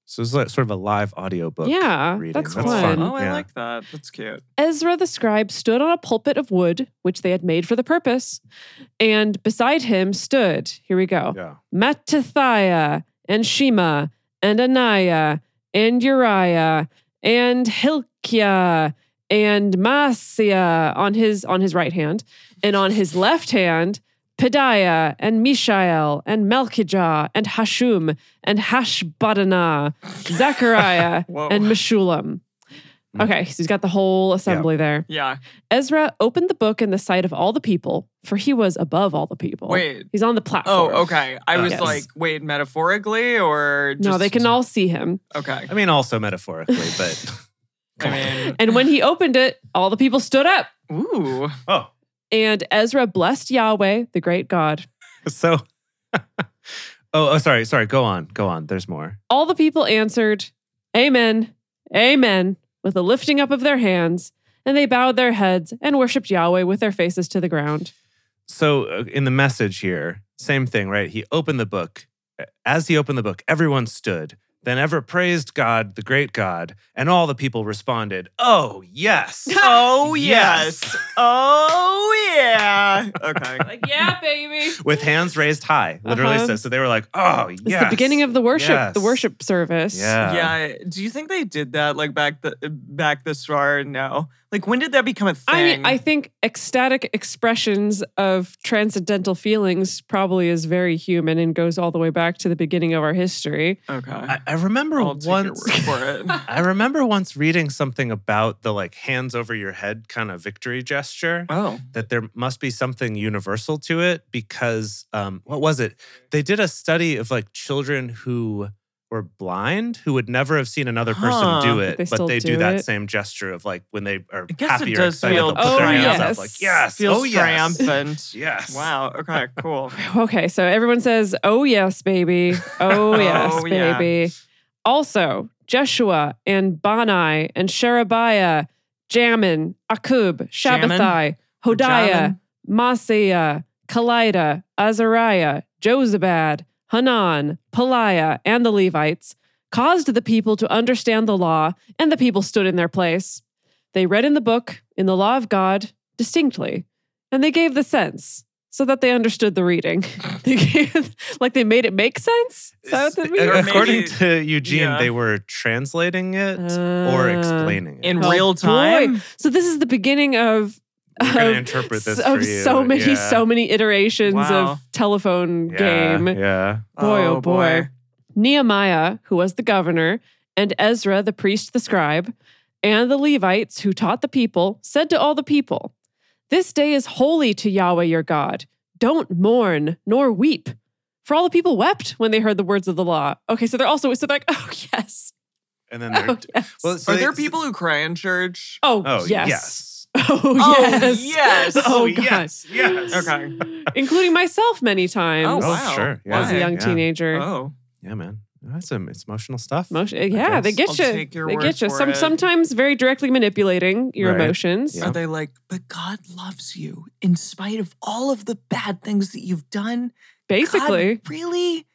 [SPEAKER 4] so it's like sort of a live audio book.
[SPEAKER 3] yeah,
[SPEAKER 4] reading.
[SPEAKER 3] that's,
[SPEAKER 4] That's
[SPEAKER 3] fun.
[SPEAKER 4] fun.
[SPEAKER 2] Oh, I
[SPEAKER 4] Yeah.
[SPEAKER 2] like that. That's cute.
[SPEAKER 3] Ezra the scribe stood on a pulpit of wood, which they had made for the purpose, and beside him stood, here we go,
[SPEAKER 4] Yeah.
[SPEAKER 3] Mattathiah and Shema and Ananiah and Uriah and Hilkiah and Maaseiah on his on his right hand, and on his left hand Pediah and Mishael and Melchijah and Hashum
[SPEAKER 2] [LAUGHS]
[SPEAKER 3] and Hashbadanah, Zechariah
[SPEAKER 2] Whoa.
[SPEAKER 3] and Meshulam.
[SPEAKER 4] Hmm.
[SPEAKER 3] Okay, so he's got the whole assembly there.
[SPEAKER 2] yeah.
[SPEAKER 3] Ezra opened the book in the sight of all the people, for he was above all the people.
[SPEAKER 2] Wait.
[SPEAKER 3] he's on the platform.
[SPEAKER 2] Oh, okay. I
[SPEAKER 4] Uh,
[SPEAKER 2] was
[SPEAKER 3] yes.
[SPEAKER 2] like, wait, metaphorically or just,
[SPEAKER 3] No, they can all see him. [LAUGHS]
[SPEAKER 2] Okay.
[SPEAKER 4] I mean, also metaphorically, but
[SPEAKER 2] I mean,
[SPEAKER 3] And when he opened it, all the people stood up. [LAUGHS]
[SPEAKER 2] ooh.
[SPEAKER 4] [LAUGHS] oh,
[SPEAKER 3] And Ezra blessed Yahweh, the great God.
[SPEAKER 4] so. [LAUGHS] Oh, oh, sorry, sorry. Go on, go on. There's more.
[SPEAKER 3] All the people answered, Amen, Amen, with a lifting up of their hands. And they bowed their heads and worshiped Yahweh with their faces to the ground.
[SPEAKER 4] So uh, in the message here, same thing, right? He opened the book. As he opened the book, everyone stood. Then ever praised God, the great God, and all the people responded, "Oh yes,
[SPEAKER 2] [LAUGHS] Oh
[SPEAKER 4] Yes.
[SPEAKER 2] yes. Oh yeah.
[SPEAKER 4] [LAUGHS]
[SPEAKER 2] Okay.
[SPEAKER 3] Like, yeah, baby.
[SPEAKER 4] with hands raised high." Literally
[SPEAKER 3] Uh-huh.
[SPEAKER 4] says. So they were like, "Oh yes."
[SPEAKER 3] It's the beginning of the worship, the
[SPEAKER 4] Yes.
[SPEAKER 3] worship service.
[SPEAKER 4] yeah.
[SPEAKER 2] yeah. Do you think they did that like back the back this far? No. Like when did that become a thing?
[SPEAKER 3] I mean, I think ecstatic expressions of transcendental feelings probably is very human and goes all the way back to the beginning of our history.
[SPEAKER 2] okay.
[SPEAKER 4] I, I remember
[SPEAKER 2] I'll take your
[SPEAKER 4] once.
[SPEAKER 2] word for it.
[SPEAKER 4] [LAUGHS]
[SPEAKER 3] [LAUGHS]
[SPEAKER 4] I remember once reading something about the like hands over your head kind of victory gesture.
[SPEAKER 2] oh.
[SPEAKER 4] that there must be something universal to it because um, what was it? They did a study of like children who were blind who would never have seen another person
[SPEAKER 2] Huh.
[SPEAKER 4] do
[SPEAKER 2] But
[SPEAKER 4] it,
[SPEAKER 3] they
[SPEAKER 4] but
[SPEAKER 3] still
[SPEAKER 4] they, do,
[SPEAKER 3] do
[SPEAKER 4] that
[SPEAKER 3] it.
[SPEAKER 4] same gesture of like when they are
[SPEAKER 2] I guess
[SPEAKER 4] happy
[SPEAKER 2] it
[SPEAKER 4] or
[SPEAKER 2] does
[SPEAKER 4] excited,
[SPEAKER 2] feel
[SPEAKER 4] they'll put their hands
[SPEAKER 3] triumphant.
[SPEAKER 4] up like yes,
[SPEAKER 2] Feels
[SPEAKER 4] oh yes,
[SPEAKER 2] triumphant.
[SPEAKER 4] [LAUGHS] yes.
[SPEAKER 2] Wow. Okay. Cool.
[SPEAKER 3] Okay, so everyone says, "Oh yes, baby. Oh yes,
[SPEAKER 2] Oh, yeah.
[SPEAKER 3] baby." Also, Jeshua and Bani and Sherebiah, Jamin, Akub, Shabbatai, [LAUGHS] Hodiah,
[SPEAKER 2] Jamin?
[SPEAKER 3] Maaseiah, Kalida, Azariah, Josabad, Hanan, Peliah, and the Levites caused the people to understand the law, and the people stood in their place. They read in the book, in the law of God, distinctly, and they gave the sense, so that they understood the reading. [LAUGHS] like they made it make sense. Is that what that
[SPEAKER 4] Uh,
[SPEAKER 2] Or
[SPEAKER 3] means?
[SPEAKER 2] maybe-
[SPEAKER 4] According to Eugene,
[SPEAKER 2] yeah.
[SPEAKER 4] they were translating it or
[SPEAKER 3] Ah.
[SPEAKER 4] explaining it.
[SPEAKER 2] in
[SPEAKER 3] Oh,
[SPEAKER 2] real time.
[SPEAKER 3] boy. So this is the beginning of
[SPEAKER 4] We're gonna
[SPEAKER 3] [LAUGHS] of
[SPEAKER 4] interpret this
[SPEAKER 3] so,
[SPEAKER 4] for you.
[SPEAKER 3] so many,
[SPEAKER 4] yeah.
[SPEAKER 3] so many iterations
[SPEAKER 2] Wow.
[SPEAKER 3] of telephone
[SPEAKER 4] yeah,
[SPEAKER 3] game. [LAUGHS]
[SPEAKER 4] Yeah.
[SPEAKER 3] Boy, oh, boy. Nehemiah, who was the governor, and Ezra, the priest, the scribe, and the Levites, who taught the people, said to all the people, This day is holy to Yahweh your God. Don't mourn nor weep. For all the people wept when they heard the words of the law. Okay, so they're also, so they're like, [LAUGHS] oh, yes.
[SPEAKER 4] And then they're
[SPEAKER 3] Oh, yes.
[SPEAKER 4] Well, so
[SPEAKER 2] Are
[SPEAKER 4] they-
[SPEAKER 2] there people who cry in church?
[SPEAKER 3] oh,
[SPEAKER 4] Oh
[SPEAKER 3] yes.
[SPEAKER 4] yes.
[SPEAKER 3] [LAUGHS] Oh,
[SPEAKER 2] Oh,
[SPEAKER 3] yes.
[SPEAKER 2] yes.
[SPEAKER 3] [LAUGHS] Oh,
[SPEAKER 4] Oh,
[SPEAKER 3] God.
[SPEAKER 4] yes, yes.
[SPEAKER 2] Okay.
[SPEAKER 4] [LAUGHS]
[SPEAKER 3] Including myself many times
[SPEAKER 4] Oh,
[SPEAKER 2] wow.
[SPEAKER 4] sure. Yeah.
[SPEAKER 3] as a young
[SPEAKER 4] yeah.
[SPEAKER 3] teenager.
[SPEAKER 2] Oh,
[SPEAKER 4] Yeah, man. That's some it's emotional stuff.
[SPEAKER 3] Emotion, yeah, they
[SPEAKER 4] guess.
[SPEAKER 3] get
[SPEAKER 2] I'll
[SPEAKER 3] you.
[SPEAKER 2] take your
[SPEAKER 3] They
[SPEAKER 2] word
[SPEAKER 3] get you.
[SPEAKER 2] for
[SPEAKER 3] Some
[SPEAKER 2] it.
[SPEAKER 3] sometimes very directly manipulating your
[SPEAKER 4] Right.
[SPEAKER 3] emotions.
[SPEAKER 4] Yeah.
[SPEAKER 2] are they like, but God loves you in spite of all of the bad things that you've done?
[SPEAKER 3] Basically,
[SPEAKER 2] God really,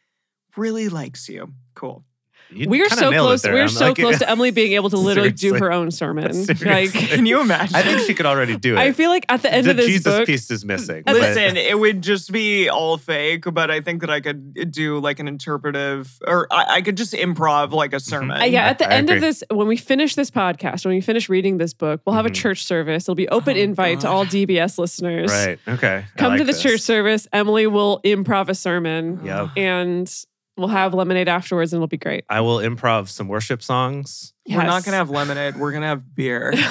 [SPEAKER 2] really likes you.
[SPEAKER 4] [LAUGHS]
[SPEAKER 2] Cool.
[SPEAKER 4] You
[SPEAKER 3] we're
[SPEAKER 4] kinda
[SPEAKER 3] so
[SPEAKER 4] nailed it
[SPEAKER 3] close.
[SPEAKER 4] there.
[SPEAKER 3] We're
[SPEAKER 4] I'm
[SPEAKER 3] so
[SPEAKER 4] like- [LAUGHS]
[SPEAKER 3] close to Emily being able to literally do
[SPEAKER 4] Seriously.
[SPEAKER 3] her own sermon. Like,
[SPEAKER 4] [LAUGHS] Seriously.
[SPEAKER 2] Can you imagine? [LAUGHS]
[SPEAKER 4] I think she could already do it.
[SPEAKER 3] I feel like at the end
[SPEAKER 4] the
[SPEAKER 3] of this
[SPEAKER 4] Jesus
[SPEAKER 3] book,
[SPEAKER 4] piece is missing. but-
[SPEAKER 2] Listen, it would just be all fake, but I think that I could do like an interpretive, or I, I could just improv like a sermon.
[SPEAKER 3] uh, yeah, at the
[SPEAKER 4] Mm-hmm. I
[SPEAKER 3] end of
[SPEAKER 4] agree.
[SPEAKER 3] this, when we finish this podcast, when we finish reading this book, we'll have a
[SPEAKER 4] Mhm.
[SPEAKER 3] church service. It'll be open
[SPEAKER 2] Oh,
[SPEAKER 3] invite to
[SPEAKER 2] God.
[SPEAKER 3] all DBS listeners.
[SPEAKER 4] right? Okay. I
[SPEAKER 3] Come to
[SPEAKER 4] like
[SPEAKER 3] the
[SPEAKER 4] this.
[SPEAKER 3] church service. Emily will improv a sermon,
[SPEAKER 4] Yeah.
[SPEAKER 3] and we'll have lemonade afterwards, and it'll be great.
[SPEAKER 4] I will improv some worship songs.
[SPEAKER 2] We're not
[SPEAKER 3] Yes.
[SPEAKER 2] gonna have lemonade. We're gonna have
[SPEAKER 4] [LAUGHS]
[SPEAKER 2] beer, okay?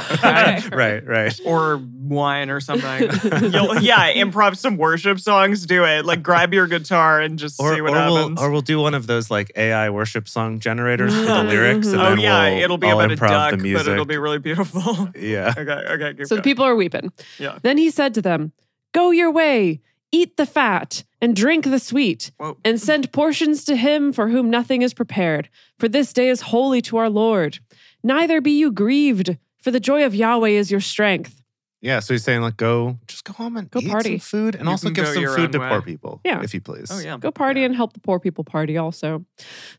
[SPEAKER 3] Okay.
[SPEAKER 2] [LAUGHS]
[SPEAKER 4] right, right.
[SPEAKER 2] or wine or
[SPEAKER 4] [LAUGHS]
[SPEAKER 2] something. You'll- yeah, improv some worship songs. Do it. Like grab your guitar and just
[SPEAKER 4] Or,
[SPEAKER 2] see
[SPEAKER 4] or
[SPEAKER 2] what
[SPEAKER 4] we'll
[SPEAKER 2] happens.
[SPEAKER 4] or we'll do one of those like AI worship song generators for the
[SPEAKER 3] Mhm.
[SPEAKER 4] lyrics, and
[SPEAKER 2] oh
[SPEAKER 4] then
[SPEAKER 2] yeah,
[SPEAKER 4] we'll,
[SPEAKER 2] it'll be
[SPEAKER 4] I'll
[SPEAKER 2] about a
[SPEAKER 4] improv
[SPEAKER 2] duck,
[SPEAKER 4] the music.
[SPEAKER 2] but it'll be really beautiful. [LAUGHS]
[SPEAKER 4] yeah.
[SPEAKER 2] okay, okay. Keep
[SPEAKER 3] So the
[SPEAKER 2] going.
[SPEAKER 3] people are weeping.
[SPEAKER 2] Yeah.
[SPEAKER 3] Then he said to them, Go your way, eat the fat, and drink the sweet,
[SPEAKER 2] Whoa.
[SPEAKER 3] and send portions to him for whom nothing is prepared, for this day is holy to our Lord. Neither be you grieved, for the joy of Yahweh is your strength.
[SPEAKER 4] Yeah, so he's saying like go, just go home and
[SPEAKER 3] Go
[SPEAKER 4] eat
[SPEAKER 3] party.
[SPEAKER 4] some food, and
[SPEAKER 2] You
[SPEAKER 4] also
[SPEAKER 2] can
[SPEAKER 4] give
[SPEAKER 2] go
[SPEAKER 4] some
[SPEAKER 2] your own
[SPEAKER 4] food to
[SPEAKER 2] way.
[SPEAKER 4] poor people,
[SPEAKER 3] Yeah.
[SPEAKER 4] if you please.
[SPEAKER 2] Oh yeah.
[SPEAKER 3] Go party
[SPEAKER 4] Yeah.
[SPEAKER 3] and help the poor people party also.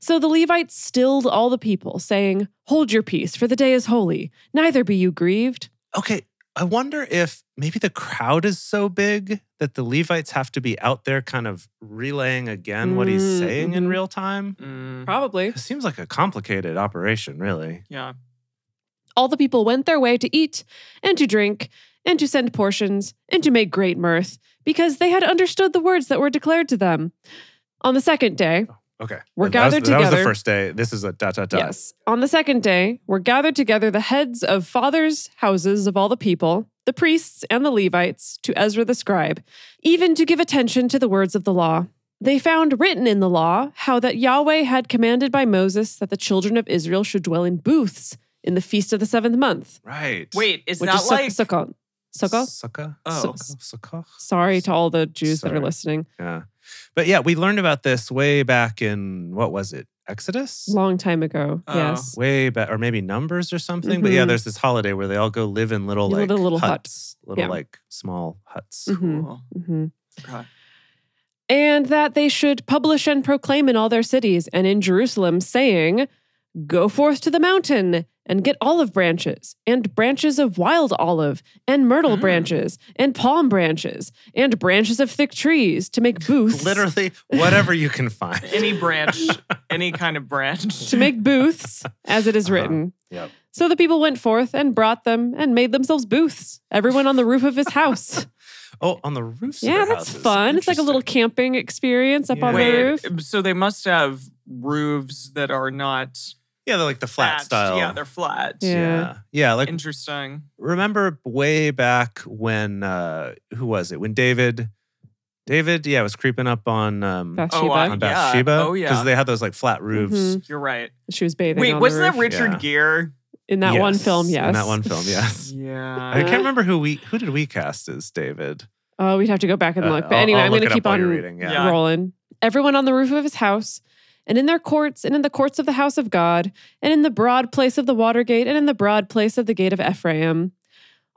[SPEAKER 3] So the Levites stilled all the people, saying, Hold your peace, for the day is holy. Neither be you grieved.
[SPEAKER 4] Okay, I wonder if maybe the crowd is so big that the Levites have to be out there, kind of relaying again what he's
[SPEAKER 3] Mm,
[SPEAKER 4] saying in
[SPEAKER 3] mhm.
[SPEAKER 4] real time.
[SPEAKER 2] Mm,
[SPEAKER 3] Probably.
[SPEAKER 4] It seems like a complicated operation, really.
[SPEAKER 2] yeah.
[SPEAKER 3] All the people went their way to eat and to drink and to send portions and to make great mirth because they had understood the words that were declared to them. On the second day,
[SPEAKER 4] Okay,
[SPEAKER 3] We're
[SPEAKER 4] That was-
[SPEAKER 3] gathered
[SPEAKER 4] That was
[SPEAKER 3] together.
[SPEAKER 4] the first day. This is a dot dot dot.
[SPEAKER 3] yes, on the second day, were gathered together the heads of fathers' houses of all the people, the priests and the Levites, to Ezra the scribe, even to give attention to the words of the law. They found written in the law how that Yahweh had commanded by Moses that the children of Israel should dwell in booths in the feast of the seventh month.
[SPEAKER 4] Right. Uh,
[SPEAKER 2] Wait, is
[SPEAKER 3] which
[SPEAKER 2] that
[SPEAKER 3] is Suk-
[SPEAKER 2] like
[SPEAKER 3] Sukkot. Sukkot?
[SPEAKER 4] Sukkah.
[SPEAKER 2] Oh.
[SPEAKER 4] Sukkah. Sukkah.
[SPEAKER 3] Sorry to all the Jews that
[SPEAKER 4] Sorry.
[SPEAKER 3] are listening.
[SPEAKER 4] Yeah. But yeah, we learned about this way back in what was it? Exodus?
[SPEAKER 3] Long time ago.
[SPEAKER 2] Oh.
[SPEAKER 3] Yes.
[SPEAKER 4] way back or maybe numbers or something. But yeah,
[SPEAKER 3] Mhm.
[SPEAKER 4] there's this holiday where they all go live in little
[SPEAKER 3] Little-
[SPEAKER 4] like
[SPEAKER 3] little
[SPEAKER 4] huts, little
[SPEAKER 3] Yeah.
[SPEAKER 4] like small huts.
[SPEAKER 3] Mhm,
[SPEAKER 2] Cool.
[SPEAKER 3] mhm.
[SPEAKER 2] Okay.
[SPEAKER 3] And that they should publish and proclaim in all their cities and in Jerusalem, saying, Go forth to the mountain and get olive branches, and branches of wild olive, and myrtle
[SPEAKER 2] Mm.
[SPEAKER 3] branches, and palm branches, and branches of thick trees
[SPEAKER 2] [LAUGHS]
[SPEAKER 3] to make booths.
[SPEAKER 4] [LAUGHS] Literally whatever you can find.
[SPEAKER 2] Any [LAUGHS] branch, any kind of branch.
[SPEAKER 3] To make booths, as it is
[SPEAKER 4] Uh-huh.
[SPEAKER 3] written.
[SPEAKER 4] Yep.
[SPEAKER 3] So the people went forth and brought them and made themselves booths, everyone on the roof of his house.
[SPEAKER 4] [LAUGHS] Oh, on the roofs. of
[SPEAKER 3] Yeah,
[SPEAKER 4] their
[SPEAKER 3] that's
[SPEAKER 4] houses.
[SPEAKER 3] fun. It's like a little
[SPEAKER 4] Interesting.
[SPEAKER 3] camping experience up on the
[SPEAKER 4] Yeah.
[SPEAKER 3] roof.
[SPEAKER 2] Wait, um, so they must have roofs that are not
[SPEAKER 4] Yeah, they're like the flat
[SPEAKER 2] thatched.
[SPEAKER 4] style.
[SPEAKER 2] Yeah, they're flat.
[SPEAKER 3] Yeah.
[SPEAKER 4] yeah. Yeah, like
[SPEAKER 2] Interesting.
[SPEAKER 4] remember way back when uh who was it? When David David, yeah, was creeping up on um
[SPEAKER 3] Bathsheba.
[SPEAKER 2] Oh, I-
[SPEAKER 4] on
[SPEAKER 2] Yeah.
[SPEAKER 4] Bathsheba.
[SPEAKER 2] Oh, yeah.
[SPEAKER 4] Because they had those like flat roofs.
[SPEAKER 3] Mhm.
[SPEAKER 2] You're right.
[SPEAKER 3] She was bathing.
[SPEAKER 2] Wait,
[SPEAKER 3] on
[SPEAKER 2] wasn't that
[SPEAKER 3] the roof.
[SPEAKER 2] Richard
[SPEAKER 4] Yeah.
[SPEAKER 2] Gere?
[SPEAKER 3] in that one film? Yes.
[SPEAKER 4] In that
[SPEAKER 3] [LAUGHS]
[SPEAKER 4] one film, yes.
[SPEAKER 2] Yeah.
[SPEAKER 4] I can't remember who we who did we cast as David.
[SPEAKER 3] Oh, we'd have to go back and
[SPEAKER 4] Uh,
[SPEAKER 3] look. But
[SPEAKER 4] I'll-
[SPEAKER 3] anyway,
[SPEAKER 4] I'll
[SPEAKER 3] am
[SPEAKER 4] look
[SPEAKER 3] going
[SPEAKER 4] it
[SPEAKER 3] to
[SPEAKER 4] up
[SPEAKER 3] keep
[SPEAKER 4] while you're
[SPEAKER 3] on
[SPEAKER 4] reading, yeah.
[SPEAKER 2] Yeah.
[SPEAKER 3] rolling. Everyone on the roof of his house, and in their courts, and in the courts of the house of God, and in the broad place of the water gate, and in the broad place of the gate of Ephraim.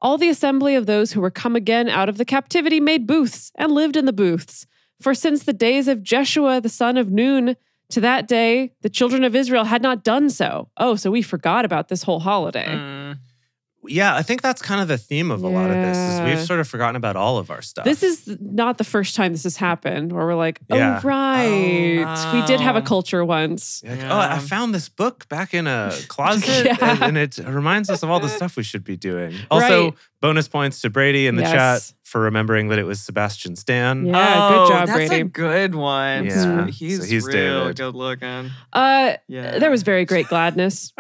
[SPEAKER 3] All the assembly of those who were come again out of the captivity made booths and lived in the booths. For since the days of Jeshua the son of Nun to that day, the children of Israel had not done so. Oh, so we forgot about this whole holiday.
[SPEAKER 2] Mm.
[SPEAKER 4] yeah, I think that's kind of the theme of a lot of this is
[SPEAKER 3] Yeah.
[SPEAKER 4] we've sort of forgotten about all of our stuff.
[SPEAKER 3] This is not the first time this has happened where we're like, oh,
[SPEAKER 4] Yeah.
[SPEAKER 3] right. We did have a
[SPEAKER 2] wow.
[SPEAKER 3] culture once.
[SPEAKER 4] You're like,
[SPEAKER 2] Yeah.
[SPEAKER 4] Oh, I found this book back in
[SPEAKER 3] [LAUGHS]
[SPEAKER 4] a closet,
[SPEAKER 3] Yeah.
[SPEAKER 4] and, and it reminds us of
[SPEAKER 3] [LAUGHS]
[SPEAKER 4] all the stuff we should be doing. Also,
[SPEAKER 3] Right.
[SPEAKER 4] bonus points to Brady in the
[SPEAKER 3] Yes.
[SPEAKER 4] chat for remembering that it was Sebastian Stan.
[SPEAKER 3] Yeah,
[SPEAKER 2] Oh,
[SPEAKER 3] good job,
[SPEAKER 2] that's
[SPEAKER 3] Brady.
[SPEAKER 2] a good one.
[SPEAKER 4] Yeah.
[SPEAKER 2] He's,
[SPEAKER 4] So he's
[SPEAKER 2] real
[SPEAKER 4] David.
[SPEAKER 2] good looking.
[SPEAKER 3] Uh,
[SPEAKER 2] Yeah.
[SPEAKER 3] There was very
[SPEAKER 2] [LAUGHS]
[SPEAKER 3] great gladness.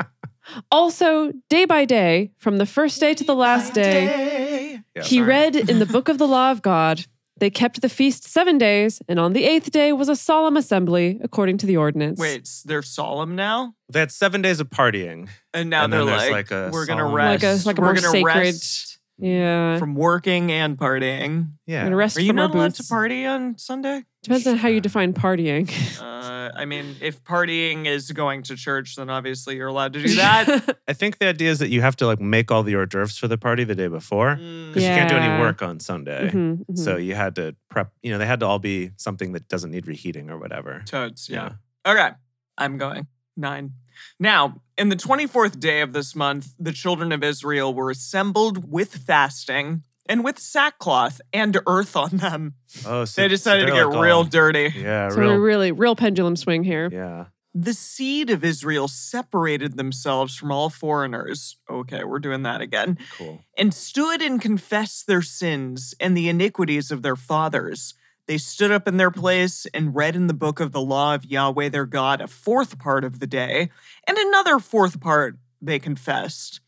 [SPEAKER 3] also, day by day, from the first day to the last day,
[SPEAKER 4] Yeah,
[SPEAKER 3] he
[SPEAKER 2] sorry.
[SPEAKER 3] read
[SPEAKER 2] [LAUGHS]
[SPEAKER 3] in the book of the law of God. They kept the feast seven days, and on the eighth day was a solemn assembly according to the ordinance.
[SPEAKER 2] Wait, s- they're solemn now?
[SPEAKER 4] They had seven days of partying.
[SPEAKER 2] And now
[SPEAKER 4] And
[SPEAKER 2] they're
[SPEAKER 4] then
[SPEAKER 2] like,
[SPEAKER 4] there's like a
[SPEAKER 2] we're going to
[SPEAKER 4] solemn-
[SPEAKER 2] rest.
[SPEAKER 3] Like a- like a
[SPEAKER 2] we're
[SPEAKER 3] more
[SPEAKER 2] gonna
[SPEAKER 3] sacred-
[SPEAKER 2] rest
[SPEAKER 3] Yeah.
[SPEAKER 2] from working and partying.
[SPEAKER 3] I'm
[SPEAKER 4] Yeah.
[SPEAKER 3] gonna rest
[SPEAKER 2] Are you
[SPEAKER 3] from our
[SPEAKER 2] not allowed to
[SPEAKER 3] boots.
[SPEAKER 2] party on Sunday?
[SPEAKER 3] Depends on how you define partying.
[SPEAKER 2] Uh, I mean, if partying is going to church, then obviously you're allowed
[SPEAKER 3] [LAUGHS]
[SPEAKER 2] to do that.
[SPEAKER 4] I think the idea is that you have to like make all the hors d'oeuvres for the party the day before because
[SPEAKER 2] Mm.
[SPEAKER 4] you can't do
[SPEAKER 3] Yeah.
[SPEAKER 4] any work on Sunday.
[SPEAKER 3] Mhm, mhm.
[SPEAKER 4] So you had to prep, you know, they had to all be something that doesn't need reheating or whatever.
[SPEAKER 2] Toads, yeah. Okay, I'm going. Nine. Now, in the 24th day of this month, the children of Israel were assembled with fasting and with sackcloth and earth on them.
[SPEAKER 4] Oh, so
[SPEAKER 2] They decided to
[SPEAKER 4] they're,
[SPEAKER 2] get
[SPEAKER 4] like,
[SPEAKER 2] real
[SPEAKER 4] all-
[SPEAKER 2] dirty.
[SPEAKER 4] Yeah,
[SPEAKER 3] so
[SPEAKER 4] real.
[SPEAKER 3] we're really real pendulum swing here.
[SPEAKER 4] yeah.
[SPEAKER 2] The seed of Israel separated themselves from all foreigners. Okay, we're doing that again.
[SPEAKER 4] Cool.
[SPEAKER 2] and stood and confessed their sins and the iniquities of their fathers. They stood up in their place and read in the book of the law of Yahweh their God a fourth part of the day, and another fourth part they confessed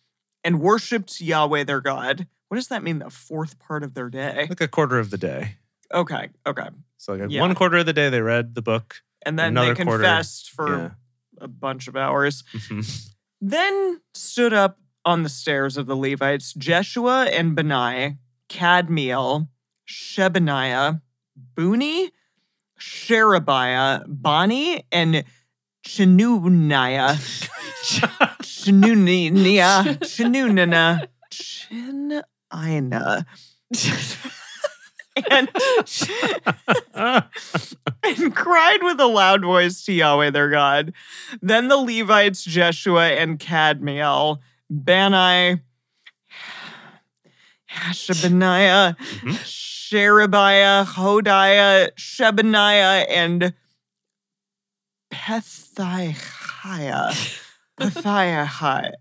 [SPEAKER 2] and worshiped Yahweh their God. What does that mean, the fourth part of their day?
[SPEAKER 4] Like a quarter of the day.
[SPEAKER 2] Okay, okay.
[SPEAKER 4] So like
[SPEAKER 2] Yeah.
[SPEAKER 4] one quarter of the day they read the book. [LAUGHS]
[SPEAKER 2] And then
[SPEAKER 4] Another
[SPEAKER 2] they
[SPEAKER 4] quarter,
[SPEAKER 2] confessed for
[SPEAKER 4] yeah.
[SPEAKER 2] a bunch of hours.
[SPEAKER 4] Mhm.
[SPEAKER 2] Then stood up on the stairs of the Levites Jeshua and Benai, Cadmiel, Shebaniah, Buni, Sherebiah, Bani, and Chinuniah. Chinuniah. Chinunina. Chinina. [LAUGHS] And, and [LAUGHS] cried with a loud voice to Yahweh their God. Then the Levites, Jeshua and Cadmiel, Bani, Hashabaniah,
[SPEAKER 4] Mhm.
[SPEAKER 2] Sherebiah, Hodiah, Shebaniah, and Pethiah. Pethiah.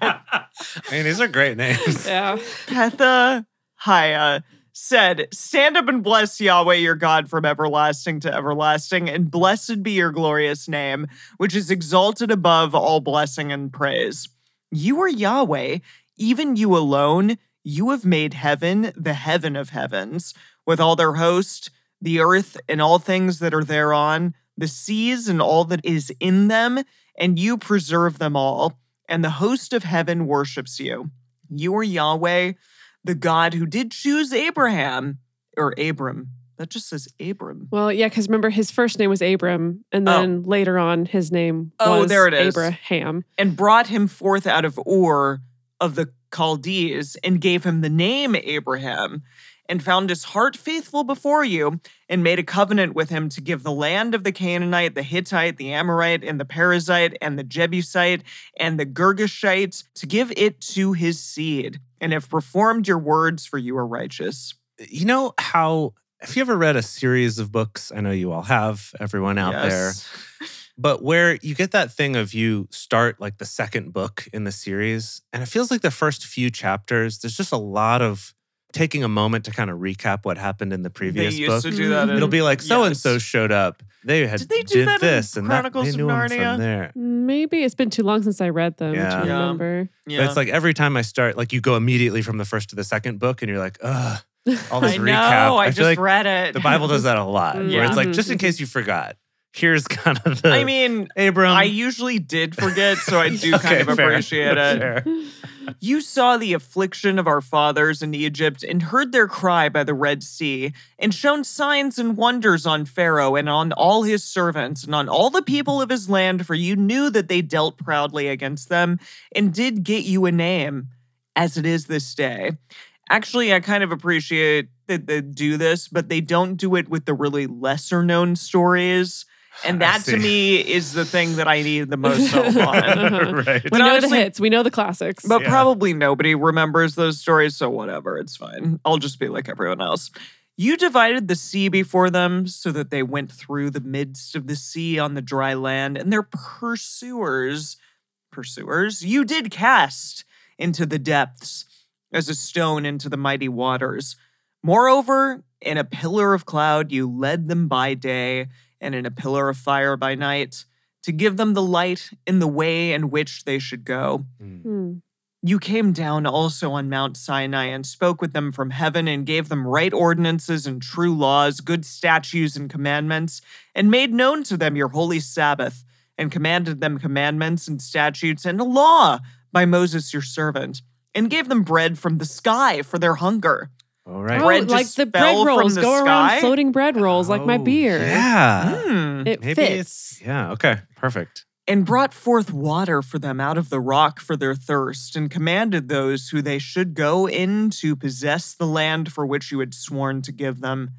[SPEAKER 4] I mean, these are great
[SPEAKER 3] [LAUGHS]
[SPEAKER 4] names.
[SPEAKER 3] yeah.
[SPEAKER 2] Pethahiah said, Stand up and bless Yahweh your God from everlasting to everlasting, and blessed be your glorious name, which is exalted above all blessing and praise. You are Yahweh, even you alone. You have made heaven the heaven of heavens, with all their host, the earth and all things that are thereon, the seas and all that is in them, and you preserve them all. And the host of heaven worships you. You are Yahweh, the God who did choose Abraham or Abram. That just says Abram.
[SPEAKER 3] Well, yeah, because remember his first name was Abram, and then later on his name
[SPEAKER 2] Oh,
[SPEAKER 3] was
[SPEAKER 2] there it is.
[SPEAKER 3] Abraham.
[SPEAKER 2] And brought him forth out of Ur of the Chaldees and gave him the name Abraham and found his heart faithful before you and made a covenant with him to give the land of the Canaanite, the Hittite, the Amorite, and the Perizzite, and the Jebusite, and the Girgashite to give it to his seed and have performed your words for you are righteous.
[SPEAKER 4] You know how, have you ever read a series of books? I know you all have, everyone out there. but where you get that thing of you start like the second book in the series and it feels like the first few chapters there's just a lot of taking a moment to kind of recap what happened in the previous
[SPEAKER 2] they used
[SPEAKER 4] book
[SPEAKER 2] to do that. in-
[SPEAKER 4] it'll be like so and so
[SPEAKER 2] Yes.
[SPEAKER 4] showed up they had
[SPEAKER 2] Did they do that in
[SPEAKER 4] this and
[SPEAKER 2] Chronicles
[SPEAKER 4] that
[SPEAKER 2] of
[SPEAKER 4] they knew him from
[SPEAKER 2] Narnia?
[SPEAKER 4] there
[SPEAKER 3] Maybe it's been too long since I read them
[SPEAKER 4] Yeah.
[SPEAKER 3] to
[SPEAKER 2] Yeah.
[SPEAKER 3] remember.
[SPEAKER 2] Yeah.
[SPEAKER 4] but it's like every time i start like you go immediately from the first to the second book and you're like ugh all
[SPEAKER 2] [LAUGHS]
[SPEAKER 4] this
[SPEAKER 2] I
[SPEAKER 4] recap
[SPEAKER 2] know. I,
[SPEAKER 4] feel
[SPEAKER 2] just
[SPEAKER 4] like
[SPEAKER 2] read it.
[SPEAKER 4] the bible does that a lot where
[SPEAKER 2] Yeah. Mm-hmm,
[SPEAKER 4] it's like just in
[SPEAKER 3] Mhm,
[SPEAKER 4] case you forgot here's [LAUGHS] kind of
[SPEAKER 2] [LAUGHS]
[SPEAKER 4] the
[SPEAKER 2] I mean,
[SPEAKER 4] abram
[SPEAKER 2] I usually did forget, so
[SPEAKER 4] [LAUGHS]
[SPEAKER 2] I do
[SPEAKER 4] Okay,
[SPEAKER 2] kind of
[SPEAKER 4] fair.
[SPEAKER 2] appreciate it.
[SPEAKER 4] Fair.
[SPEAKER 2] You saw the affliction of our fathers in Egypt and heard their cry by the Red Sea, and shown signs and wonders on Pharaoh and on all his servants and on all the people of his land, for you knew that they dealt proudly against them and did get you a name, as it is this day. Actually, I kind of appreciate that they do this, but they don't do it with the really lesser known stories. And that to
[SPEAKER 4] see.
[SPEAKER 2] me is the thing that I need the most help
[SPEAKER 4] [LAUGHS]
[SPEAKER 2] on.
[SPEAKER 3] Uh-huh.
[SPEAKER 4] right.
[SPEAKER 3] We
[SPEAKER 2] But
[SPEAKER 3] know the
[SPEAKER 2] honestly-
[SPEAKER 3] hits. We know the classics.
[SPEAKER 2] But
[SPEAKER 4] Yeah.
[SPEAKER 2] probably nobody remembers those stories, so whatever, it's fine. I'll just be like everyone else. You divided the sea before them so that they went through the midst of the sea on the dry land, and their pursuers, pursuers, you did cast into the depths as a stone into the mighty waters. Moreover, in a pillar of cloud you led them by day, and in a pillar of fire by night, to give them the light in the way in which they should go.
[SPEAKER 4] Mm.
[SPEAKER 3] Hmm.
[SPEAKER 2] You came down also on Mount Sinai and spoke with them from heaven and gave them right ordinances and true laws, good statutes and commandments, and made known to them your holy Sabbath, and commanded them commandments and statutes and a law by Moses your servant, and gave them bread from the sky for their hunger.
[SPEAKER 4] All
[SPEAKER 3] Oh,
[SPEAKER 4] right.
[SPEAKER 2] Bread
[SPEAKER 3] like
[SPEAKER 2] just
[SPEAKER 3] the bread
[SPEAKER 2] fell from
[SPEAKER 3] rolls
[SPEAKER 2] the
[SPEAKER 3] go around
[SPEAKER 2] sky?
[SPEAKER 3] floating bread rolls, like my Mm.
[SPEAKER 4] Oh,
[SPEAKER 3] beer.
[SPEAKER 4] Yeah.
[SPEAKER 2] Hmm.
[SPEAKER 3] It
[SPEAKER 4] Maybe
[SPEAKER 3] fits.
[SPEAKER 4] it's yeah. Okay. Perfect.
[SPEAKER 2] and brought forth water for them out of the rock for their thirst, and commanded those who they should go in to possess the land for which you had sworn to give them.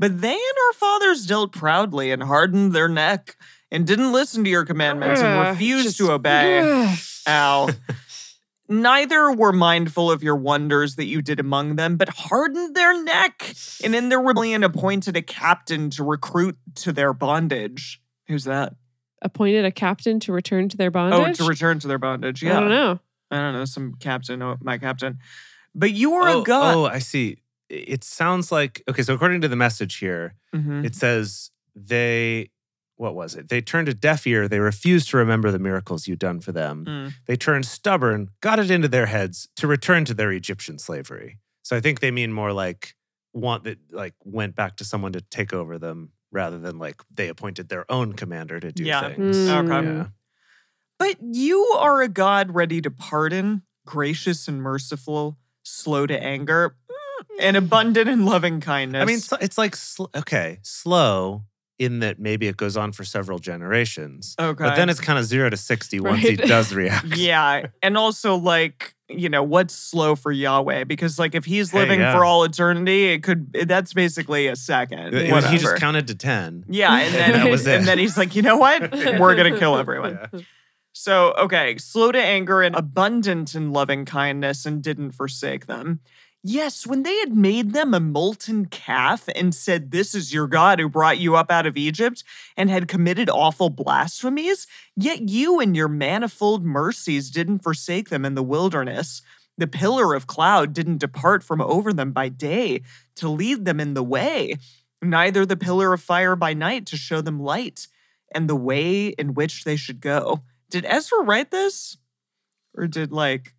[SPEAKER 2] But they and our fathers dealt proudly and hardened their neck, and didn't listen to your commandments and
[SPEAKER 3] Ugh,
[SPEAKER 2] refused
[SPEAKER 3] just-
[SPEAKER 2] to obey.
[SPEAKER 3] Ugh.
[SPEAKER 2] Ow.
[SPEAKER 3] [LAUGHS]
[SPEAKER 2] Neither were mindful of your wonders that you did among them, but hardened their neck, and in their rebellion appointed a captain to recruit to their bondage. Who's that?
[SPEAKER 3] Appointed a captain to return to their bondage.
[SPEAKER 2] Oh, to return to their bondage. Yeah.
[SPEAKER 3] I don't know.
[SPEAKER 2] I don't know, some captain, oh, my captain. But you were
[SPEAKER 4] oh,
[SPEAKER 2] a god.
[SPEAKER 4] oh, I see. It sounds like okay. So according to the message here,
[SPEAKER 2] Mhm.
[SPEAKER 4] it says they what was it? They turned a deaf ear. They refused to remember the miracles you'd done for them.
[SPEAKER 2] Mm.
[SPEAKER 4] They turned stubborn, got it into their heads to return to their Egyptian slavery. So I think they mean more like want that like went back to someone to take over them rather than like they appointed their own commander to do
[SPEAKER 2] Yeah.
[SPEAKER 4] things.
[SPEAKER 3] Mm.
[SPEAKER 2] Okay.
[SPEAKER 4] Yeah.
[SPEAKER 2] But you are a god ready to pardon, gracious and merciful, slow to anger, mm, and abundant in loving kindness.
[SPEAKER 4] I mean, it's, it's like sl- okay, slow in that maybe it goes on for several generations,
[SPEAKER 2] okay.
[SPEAKER 4] but then it's kind of zero to sixty once he
[SPEAKER 3] Right.
[SPEAKER 4] does react.
[SPEAKER 2] [LAUGHS]
[SPEAKER 4] [LAUGHS]
[SPEAKER 2] yeah. And also, like, you know, what's slow for Yahweh? Because, like, if he's
[SPEAKER 4] Hey,
[SPEAKER 2] living
[SPEAKER 4] yeah.
[SPEAKER 2] for all eternity, it could, that's basically a second.
[SPEAKER 4] It was- he
[SPEAKER 2] whatever.
[SPEAKER 4] just counted to ten.
[SPEAKER 2] yeah.
[SPEAKER 4] [LAUGHS]
[SPEAKER 2] And then,
[SPEAKER 3] And that was
[SPEAKER 2] and
[SPEAKER 4] it.
[SPEAKER 2] then he's like, you know what? We're going to
[SPEAKER 4] [LAUGHS]
[SPEAKER 2] kill everyone. So, okay, slow to anger and abundant in loving kindness and didn't forsake them. Yes, when they had made them a molten calf and said, This is your God who brought you up out of Egypt, and had committed awful blasphemies, yet you and your manifold mercies didn't forsake them in the wilderness. The pillar of cloud didn't depart from over them by day to lead them in the way, neither the pillar of fire by night to show them light and the way in which they should go. Did Ezra write this? Or did like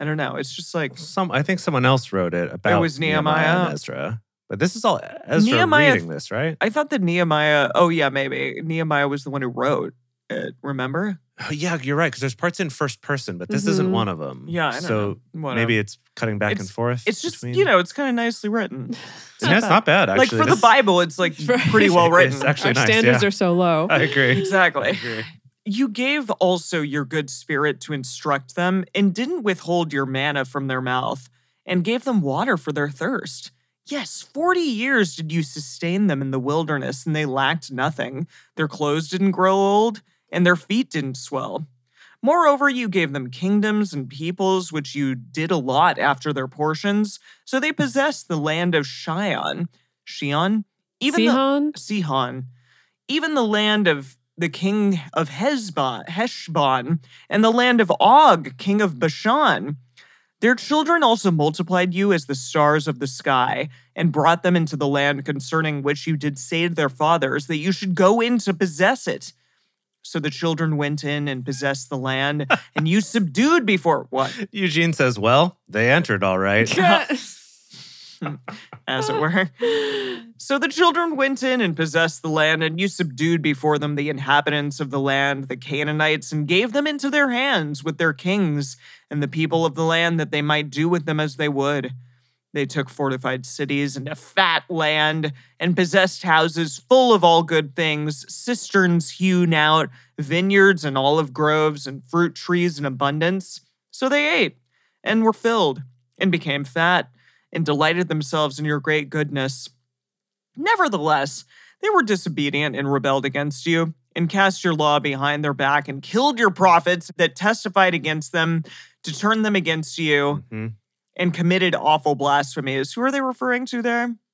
[SPEAKER 2] I don't know. It's just like
[SPEAKER 4] Some, I think someone else wrote it about.
[SPEAKER 2] was
[SPEAKER 4] Nehemiah
[SPEAKER 2] Nehemiah.
[SPEAKER 4] and Ezra, but this is all Ezra
[SPEAKER 2] Nehemiah-
[SPEAKER 4] reading this, right?
[SPEAKER 2] I thought that Nehemiah, oh yeah, maybe. Nehemiah was the one who wrote it, remember?
[SPEAKER 4] Oh, yeah, you're right. Because there's parts in first person, but this isn't
[SPEAKER 3] Mhm.
[SPEAKER 4] one of them.
[SPEAKER 2] Yeah, I don't
[SPEAKER 4] so
[SPEAKER 2] know. Whatever.
[SPEAKER 4] maybe it's cutting back and
[SPEAKER 2] It's-
[SPEAKER 4] forth.
[SPEAKER 2] it's just,
[SPEAKER 4] between-
[SPEAKER 2] you know, it's kind of nicely written.
[SPEAKER 4] yeah, it's not bad actually.
[SPEAKER 2] like for the
[SPEAKER 4] This-
[SPEAKER 2] Bible, it's like
[SPEAKER 3] Right.
[SPEAKER 4] [LAUGHS]
[SPEAKER 2] pretty well written.
[SPEAKER 4] It's actually
[SPEAKER 3] Our
[SPEAKER 4] nice.
[SPEAKER 3] standards
[SPEAKER 4] yeah.
[SPEAKER 3] are so low.
[SPEAKER 2] Uh,
[SPEAKER 4] I agree. I
[SPEAKER 2] exactly.
[SPEAKER 4] agree.
[SPEAKER 2] You gave also your good spirit to instruct them, and didn't withhold your manna from their mouth, and gave them water for their thirst. Yes, 40 years did you sustain them in the wilderness, and they lacked nothing. Their clothes didn't grow old, and their feet didn't swell. Moreover, you gave them kingdoms and peoples, which you did a lot after their portions, so they possessed the land of Shion. Shion? Even though.
[SPEAKER 3] Sihon,
[SPEAKER 2] Sihon, even the land of the king of Hezbon, Heshbon, and the land of Og, king of Bashan. Their children also multiplied you as the stars of the sky, and brought them into the land concerning which you did say to their fathers that you should go in to possess it. So the children went in and possessed the land, and you subdued before what,
[SPEAKER 4] [LAUGHS] Eugene says, "Well, they entered all [LAUGHS] right."
[SPEAKER 2] uh, as it were. So the children went in and possessed the land, and you subdued before them the inhabitants of the land, the Canaanites, and gave them into their hands with their kings and the people of the land, that they might do with them as they would. They took fortified cities and a fat land, and possessed houses full of all good things, cisterns hewn out, vineyards and olive groves, and fruit trees in abundance. So they ate, and were filled, and became fat, and delighted themselves in your great goodness. Nevertheless, They were disobedient and rebelled against you, and cast your law behind their back, and killed your prophets that testified against them to turn them against you,
[SPEAKER 4] Mhm.
[SPEAKER 2] and committed awful blasphemies. Who are they referring to there?
[SPEAKER 3] [LAUGHS]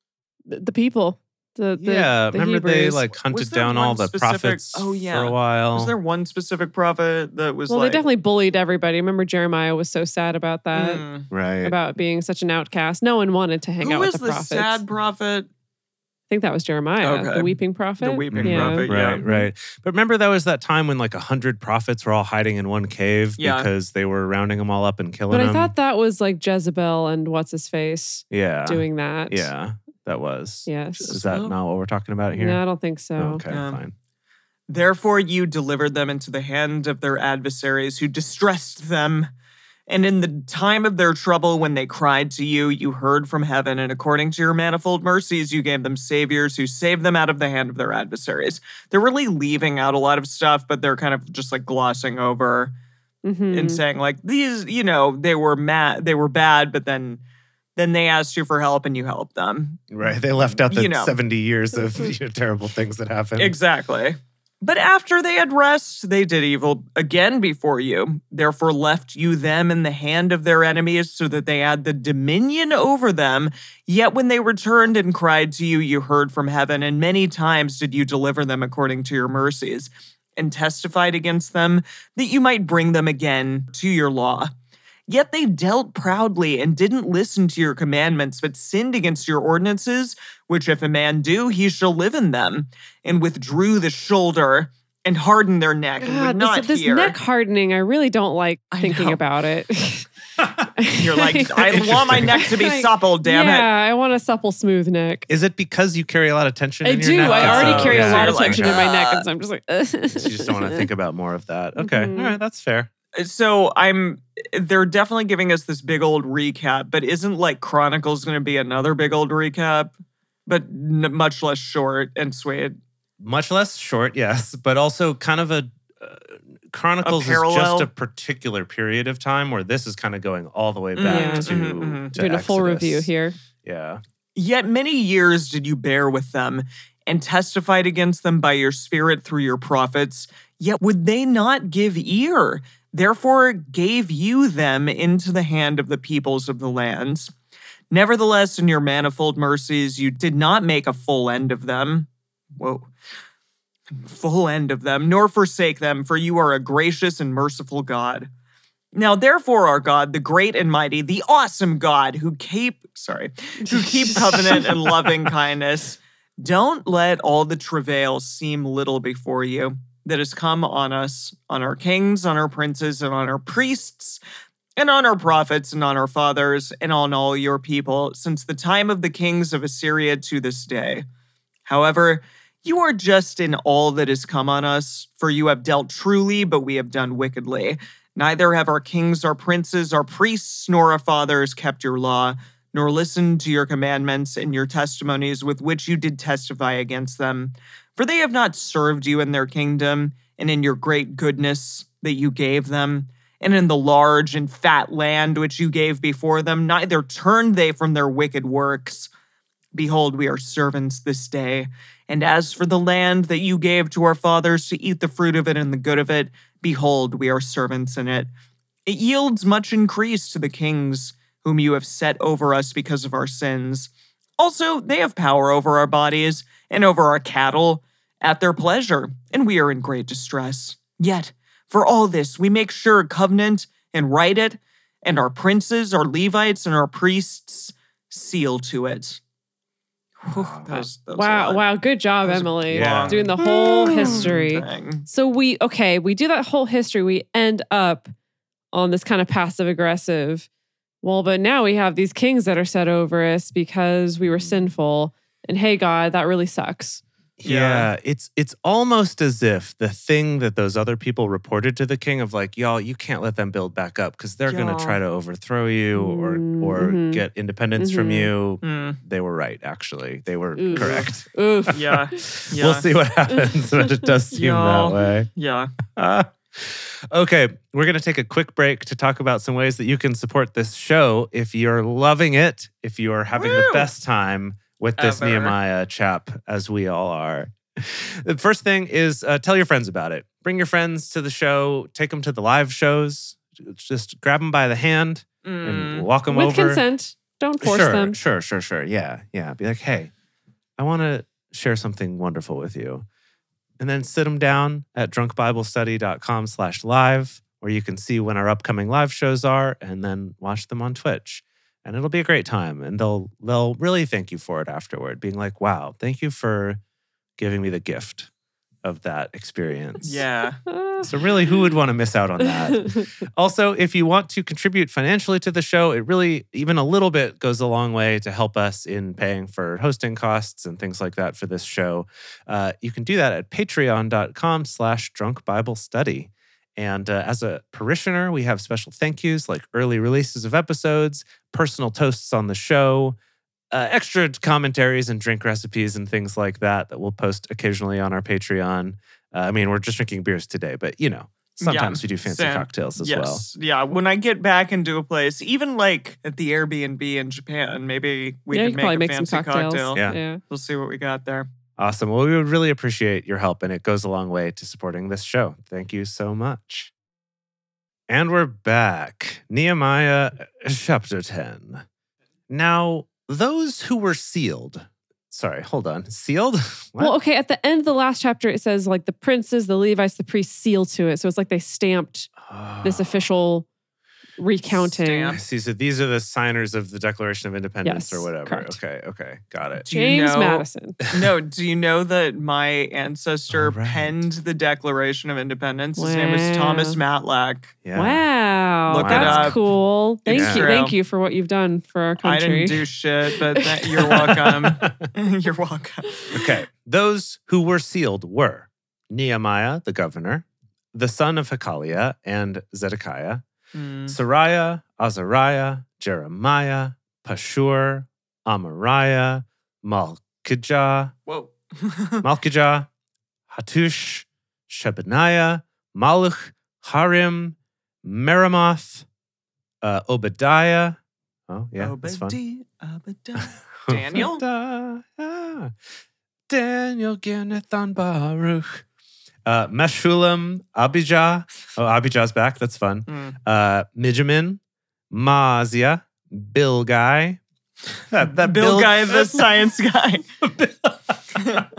[SPEAKER 3] The, the people. The, the,
[SPEAKER 4] yeah,
[SPEAKER 3] the
[SPEAKER 4] remember they
[SPEAKER 3] Hebrews.
[SPEAKER 4] like hunted
[SPEAKER 2] there
[SPEAKER 4] down all
[SPEAKER 2] one
[SPEAKER 4] the
[SPEAKER 2] specific-
[SPEAKER 4] prophets
[SPEAKER 2] Oh, yeah.
[SPEAKER 4] for a while.
[SPEAKER 2] Was there one specific prophet that was
[SPEAKER 3] Well,
[SPEAKER 2] like.
[SPEAKER 3] they definitely bullied everybody. Remember Jeremiah was so sad about that,
[SPEAKER 2] "Hmm,
[SPEAKER 4] right.
[SPEAKER 3] about being such an outcast. No one wanted to hang
[SPEAKER 2] Who
[SPEAKER 3] out with
[SPEAKER 2] is
[SPEAKER 3] the prophets.
[SPEAKER 2] sad prophet?
[SPEAKER 3] I think that was Jeremiah,
[SPEAKER 2] Okay.
[SPEAKER 3] the weeping prophet.
[SPEAKER 2] The weeping
[SPEAKER 3] yeah.
[SPEAKER 2] prophet. Yeah.
[SPEAKER 4] Right, right. But remember that was that time when like a hundred prophets were all hiding in one cave
[SPEAKER 2] Yeah.
[SPEAKER 4] because they were rounding them all up and killing
[SPEAKER 3] But I
[SPEAKER 4] them.
[SPEAKER 3] thought that was like Jezebel and what's his face
[SPEAKER 4] yeah,
[SPEAKER 3] doing that.
[SPEAKER 4] yeah, that was.
[SPEAKER 3] Yes.
[SPEAKER 4] Is that not what we're talking about here? Oh,
[SPEAKER 3] No, I don't think so.
[SPEAKER 4] Okay,
[SPEAKER 2] Yeah.
[SPEAKER 4] fine.
[SPEAKER 2] Therefore, you delivered them into the hand of their adversaries who distressed them. And in the time of their trouble, when they cried to you, you heard from heaven. And according to your manifold mercies, you gave them saviors who saved them out of the hand of their adversaries. They're really leaving out a lot of stuff, but they're kind of just like glossing over
[SPEAKER 3] Mhm.
[SPEAKER 2] and saying, like, these, you know, they were mad, they were bad, but then. Then they asked you for help and you helped them.
[SPEAKER 4] Right. They left out the
[SPEAKER 2] You know.
[SPEAKER 4] 70 years
[SPEAKER 3] [LAUGHS]
[SPEAKER 4] of you know, terrible things that happened.
[SPEAKER 2] Exactly. But after they had rest, they did evil again before you. Therefore, left you them in the hand of their enemies so that they had the dominion over them. Yet when they returned and cried to you, you heard from heaven, and many times did you deliver them according to your mercies, and testified against them that you might bring them again to your law. Yet they dealt proudly and didn't listen to your commandments, but sinned against your ordinances, which if a man do, he shall live in them, and withdrew the shoulder and hardened their neck and would
[SPEAKER 3] God,
[SPEAKER 2] not
[SPEAKER 3] this, this
[SPEAKER 2] hear. [LAUGHS]
[SPEAKER 3] neck hardening, I really don't like
[SPEAKER 2] I
[SPEAKER 3] thinking
[SPEAKER 2] know.
[SPEAKER 3] about it.
[SPEAKER 2] [LAUGHS]
[SPEAKER 3] [LAUGHS]
[SPEAKER 2] You're like, I want my
[SPEAKER 4] Interesting.
[SPEAKER 2] neck to be
[SPEAKER 3] Like,
[SPEAKER 2] supple, damn it.
[SPEAKER 3] yeah, I want a supple, smooth neck.
[SPEAKER 4] Is it because you carry a lot of tension?
[SPEAKER 3] I
[SPEAKER 4] in your
[SPEAKER 3] do.
[SPEAKER 4] neck?
[SPEAKER 3] I already
[SPEAKER 4] Oh,
[SPEAKER 3] carry a
[SPEAKER 4] yeah.
[SPEAKER 3] lot
[SPEAKER 2] You're
[SPEAKER 3] of
[SPEAKER 2] like,
[SPEAKER 3] tension in my neck,
[SPEAKER 2] "Ah."
[SPEAKER 3] and so I'm just [LAUGHS] like,
[SPEAKER 4] So you just don't want to think about more of that. Okay.
[SPEAKER 3] Mhm.
[SPEAKER 4] All right. That's fair.
[SPEAKER 2] So I'm they're definitely giving us this big old recap, but isn't like Chronicles gonna be another big old recap? But n- much less short and sweet.
[SPEAKER 4] Much less short, yes, but also kind of a. Uh, Chronicles is
[SPEAKER 2] parallel?
[SPEAKER 4] just a particular period of time where this is kind of going all the way back
[SPEAKER 3] Yeah.
[SPEAKER 4] to,
[SPEAKER 2] Mhm, mhm.
[SPEAKER 3] [LAUGHS]
[SPEAKER 4] to
[SPEAKER 3] doing a full
[SPEAKER 4] Exodus.
[SPEAKER 3] review here.
[SPEAKER 4] Yeah.
[SPEAKER 2] Yet many years did you bear with them and testified against them by your spirit through your prophets. Yet would they not give ear? Therefore gave you them into the hand of the peoples of the lands. Nevertheless, in your manifold mercies, you did not make a full end of them. Whoa. Full end of them, nor forsake them, for you are a gracious and merciful God. Now, therefore, our God, the great and mighty, the awesome God who keep, sorry, who keep covenant and loving kindness, don't let all the travail seem little before you that has come on us, on our kings, on our princes, and on our priests, and on our prophets, and on our fathers, and on all your people, since the time of the kings of Assyria to this day. However, you are just in all that has come on us, for you have dealt truly, but we have done wickedly. Neither have our kings, our princes, our priests, nor our fathers kept your law, nor listened to your commandments and your testimonies with which you did testify against them. For they have not served you in their kingdom, and in your great goodness that you gave them, and in the large and fat land which you gave before them, neither turned they from their wicked works. Behold, we are servants this day. And as for the land that you gave to our fathers to eat the fruit of it and the good of it, behold, we are servants in it. It yields much increase to the kings whom you have set over us because of our sins. Also, they have power over our bodies and over our cattle at their pleasure, and we are in great distress. Yet, for all this, we make sure covenant and write it, and our princes, our Levites, and our priests seal to it. Whew, that was- that was a
[SPEAKER 3] Wow,
[SPEAKER 2] lot.
[SPEAKER 3] wow, good job,
[SPEAKER 2] That was a
[SPEAKER 3] Emily,
[SPEAKER 4] Yeah.
[SPEAKER 3] doing the whole
[SPEAKER 4] Hmm.
[SPEAKER 2] Mm.
[SPEAKER 3] history.
[SPEAKER 2] Dang.
[SPEAKER 3] So we okay, we do that whole history. We end up on this kind of passive aggressive. Well, but now we have these kings that are set over us because we were sinful. And hey, God, that really sucks.
[SPEAKER 4] Yeah.
[SPEAKER 2] Yeah.
[SPEAKER 4] it's it's almost as if the thing that those other people reported to the king of like, y'all, you can't let them build back up because they're gonna
[SPEAKER 2] Y'all.
[SPEAKER 4] try to overthrow you or
[SPEAKER 3] Mm,
[SPEAKER 4] or
[SPEAKER 3] mhm.
[SPEAKER 4] get independence from
[SPEAKER 3] Mhm.
[SPEAKER 4] you.
[SPEAKER 2] Mm,
[SPEAKER 4] They were right, actually. They were
[SPEAKER 3] Ooh.
[SPEAKER 4] correct.
[SPEAKER 3] Oof.
[SPEAKER 2] yeah,
[SPEAKER 4] We'll
[SPEAKER 2] Yeah.
[SPEAKER 4] see what [LAUGHS] happens, but it does seem that
[SPEAKER 2] Y'all.
[SPEAKER 4] way.
[SPEAKER 2] yeah.
[SPEAKER 4] okay, we're going to take a quick break to talk about some ways that you can support this show. If you're loving it, if you're having the
[SPEAKER 2] Woo!
[SPEAKER 4] best time, with this
[SPEAKER 2] Ever.
[SPEAKER 4] Nehemiah chap, as we all are. The first thing is uh, tell your friends about it. Bring your friends to the show. Take them to the live shows. Just grab them by the hand
[SPEAKER 2] Mm.
[SPEAKER 4] [LAUGHS] and walk them
[SPEAKER 3] With
[SPEAKER 4] over.
[SPEAKER 3] consent. Don't force
[SPEAKER 4] sure,
[SPEAKER 3] them.
[SPEAKER 4] Sure, sure, sure. Yeah, yeah. Be like, hey, I want to share something wonderful with you. And then sit them down at drunkbiblestudy.com slash live, where you can see when our upcoming live shows are and then watch them on Twitch. And it'll be a great time. And they'll they'll really thank you for it afterward, being like, wow, thank you for giving me the gift of that experience.
[SPEAKER 2] Yeah.
[SPEAKER 3] Uh,
[SPEAKER 4] So really, who would want to miss out
[SPEAKER 3] [LAUGHS]
[SPEAKER 4] on that? Also, if you want to contribute financially to the show, it really, even a little bit, goes a long way to help us in paying for hosting costs and things like that for this show. Uh, you can do that at patreon.com slash drunk Bible study. And uh, as a parishioner, we have special thank yous like early releases of episodes, personal toasts on the show, uh, extra commentaries and drink recipes and things like that that we'll post occasionally on our Patreon. Uh, I mean, we're just drinking beers today, but you know, sometimes we do fancy
[SPEAKER 2] same.
[SPEAKER 4] cocktails as well.
[SPEAKER 2] yes. Yeah. When I get back into a place, even like at the Airbnb in Japan, maybe we
[SPEAKER 3] yeah, you
[SPEAKER 2] can
[SPEAKER 3] could
[SPEAKER 2] make
[SPEAKER 3] probably
[SPEAKER 2] a
[SPEAKER 3] make some
[SPEAKER 2] fancy
[SPEAKER 3] cocktails.
[SPEAKER 2] cocktail.
[SPEAKER 4] Yeah.
[SPEAKER 2] We'll see what we got there.
[SPEAKER 4] Awesome. Well, we would really appreciate your help, and it goes a long way to supporting this show. Thank you so much. And we're back. Nehemiah uh, chapter 10. Now, those who were sealed. Sorry, hold on. Sealed? [LAUGHS] What?
[SPEAKER 3] Well, okay. At the end of the last chapter, it says like the princes, the Levites, the priests seal to it. So it's like they stamped this
[SPEAKER 4] Oh.
[SPEAKER 3] official recounting.
[SPEAKER 4] I
[SPEAKER 2] Stamp.
[SPEAKER 4] see. So these are the signers of the Declaration of Independence or
[SPEAKER 3] Yes,
[SPEAKER 4] whatever.
[SPEAKER 3] correct.
[SPEAKER 4] Okay. Okay. Got it.
[SPEAKER 2] Do you
[SPEAKER 3] James
[SPEAKER 2] know-
[SPEAKER 3] Madison.
[SPEAKER 2] no, do you know that my ancestor
[SPEAKER 4] All right.
[SPEAKER 2] penned the Declaration of Independence? His name was Thomas Matlack.
[SPEAKER 4] [LAUGHS] Yeah.
[SPEAKER 3] Wow.
[SPEAKER 4] Look it
[SPEAKER 3] that's
[SPEAKER 2] up.
[SPEAKER 3] cool. Thank
[SPEAKER 4] It's
[SPEAKER 3] you.
[SPEAKER 2] true.
[SPEAKER 3] Thank you for what you've done for our
[SPEAKER 2] I
[SPEAKER 3] country.
[SPEAKER 2] didn't do shit, but that,
[SPEAKER 4] [LAUGHS]
[SPEAKER 2] you're welcome. [LAUGHS] you're welcome.
[SPEAKER 4] Okay. Those who were sealed were Nehemiah, the governor, the son of Hekaliah and Zedekiah,
[SPEAKER 2] Mm.
[SPEAKER 4] Sariah, Azariah, Jeremiah, Pashur, Amariah, Malkijah,
[SPEAKER 2] Whoa. [LAUGHS]
[SPEAKER 4] Malkijah, Hattush, Shebaniah, Maluch, Harim, Merimoth, uh, Obadiah. Oh, yeah, that's fun.
[SPEAKER 2] Obadi-
[SPEAKER 4] [LAUGHS]
[SPEAKER 2] Obadi- Daniel?
[SPEAKER 4] Obadiah. [LAUGHS] Daniel, Ginnathan, Baruch. Uh, Meshulam, Abijah. Oh, Abijah's back. That's fun
[SPEAKER 2] Mm.
[SPEAKER 4] uh, Midjamin, Mazia, Bill Guy. That, that
[SPEAKER 2] Bill, Guy, the science
[SPEAKER 4] [LAUGHS]
[SPEAKER 2] guy. Uh,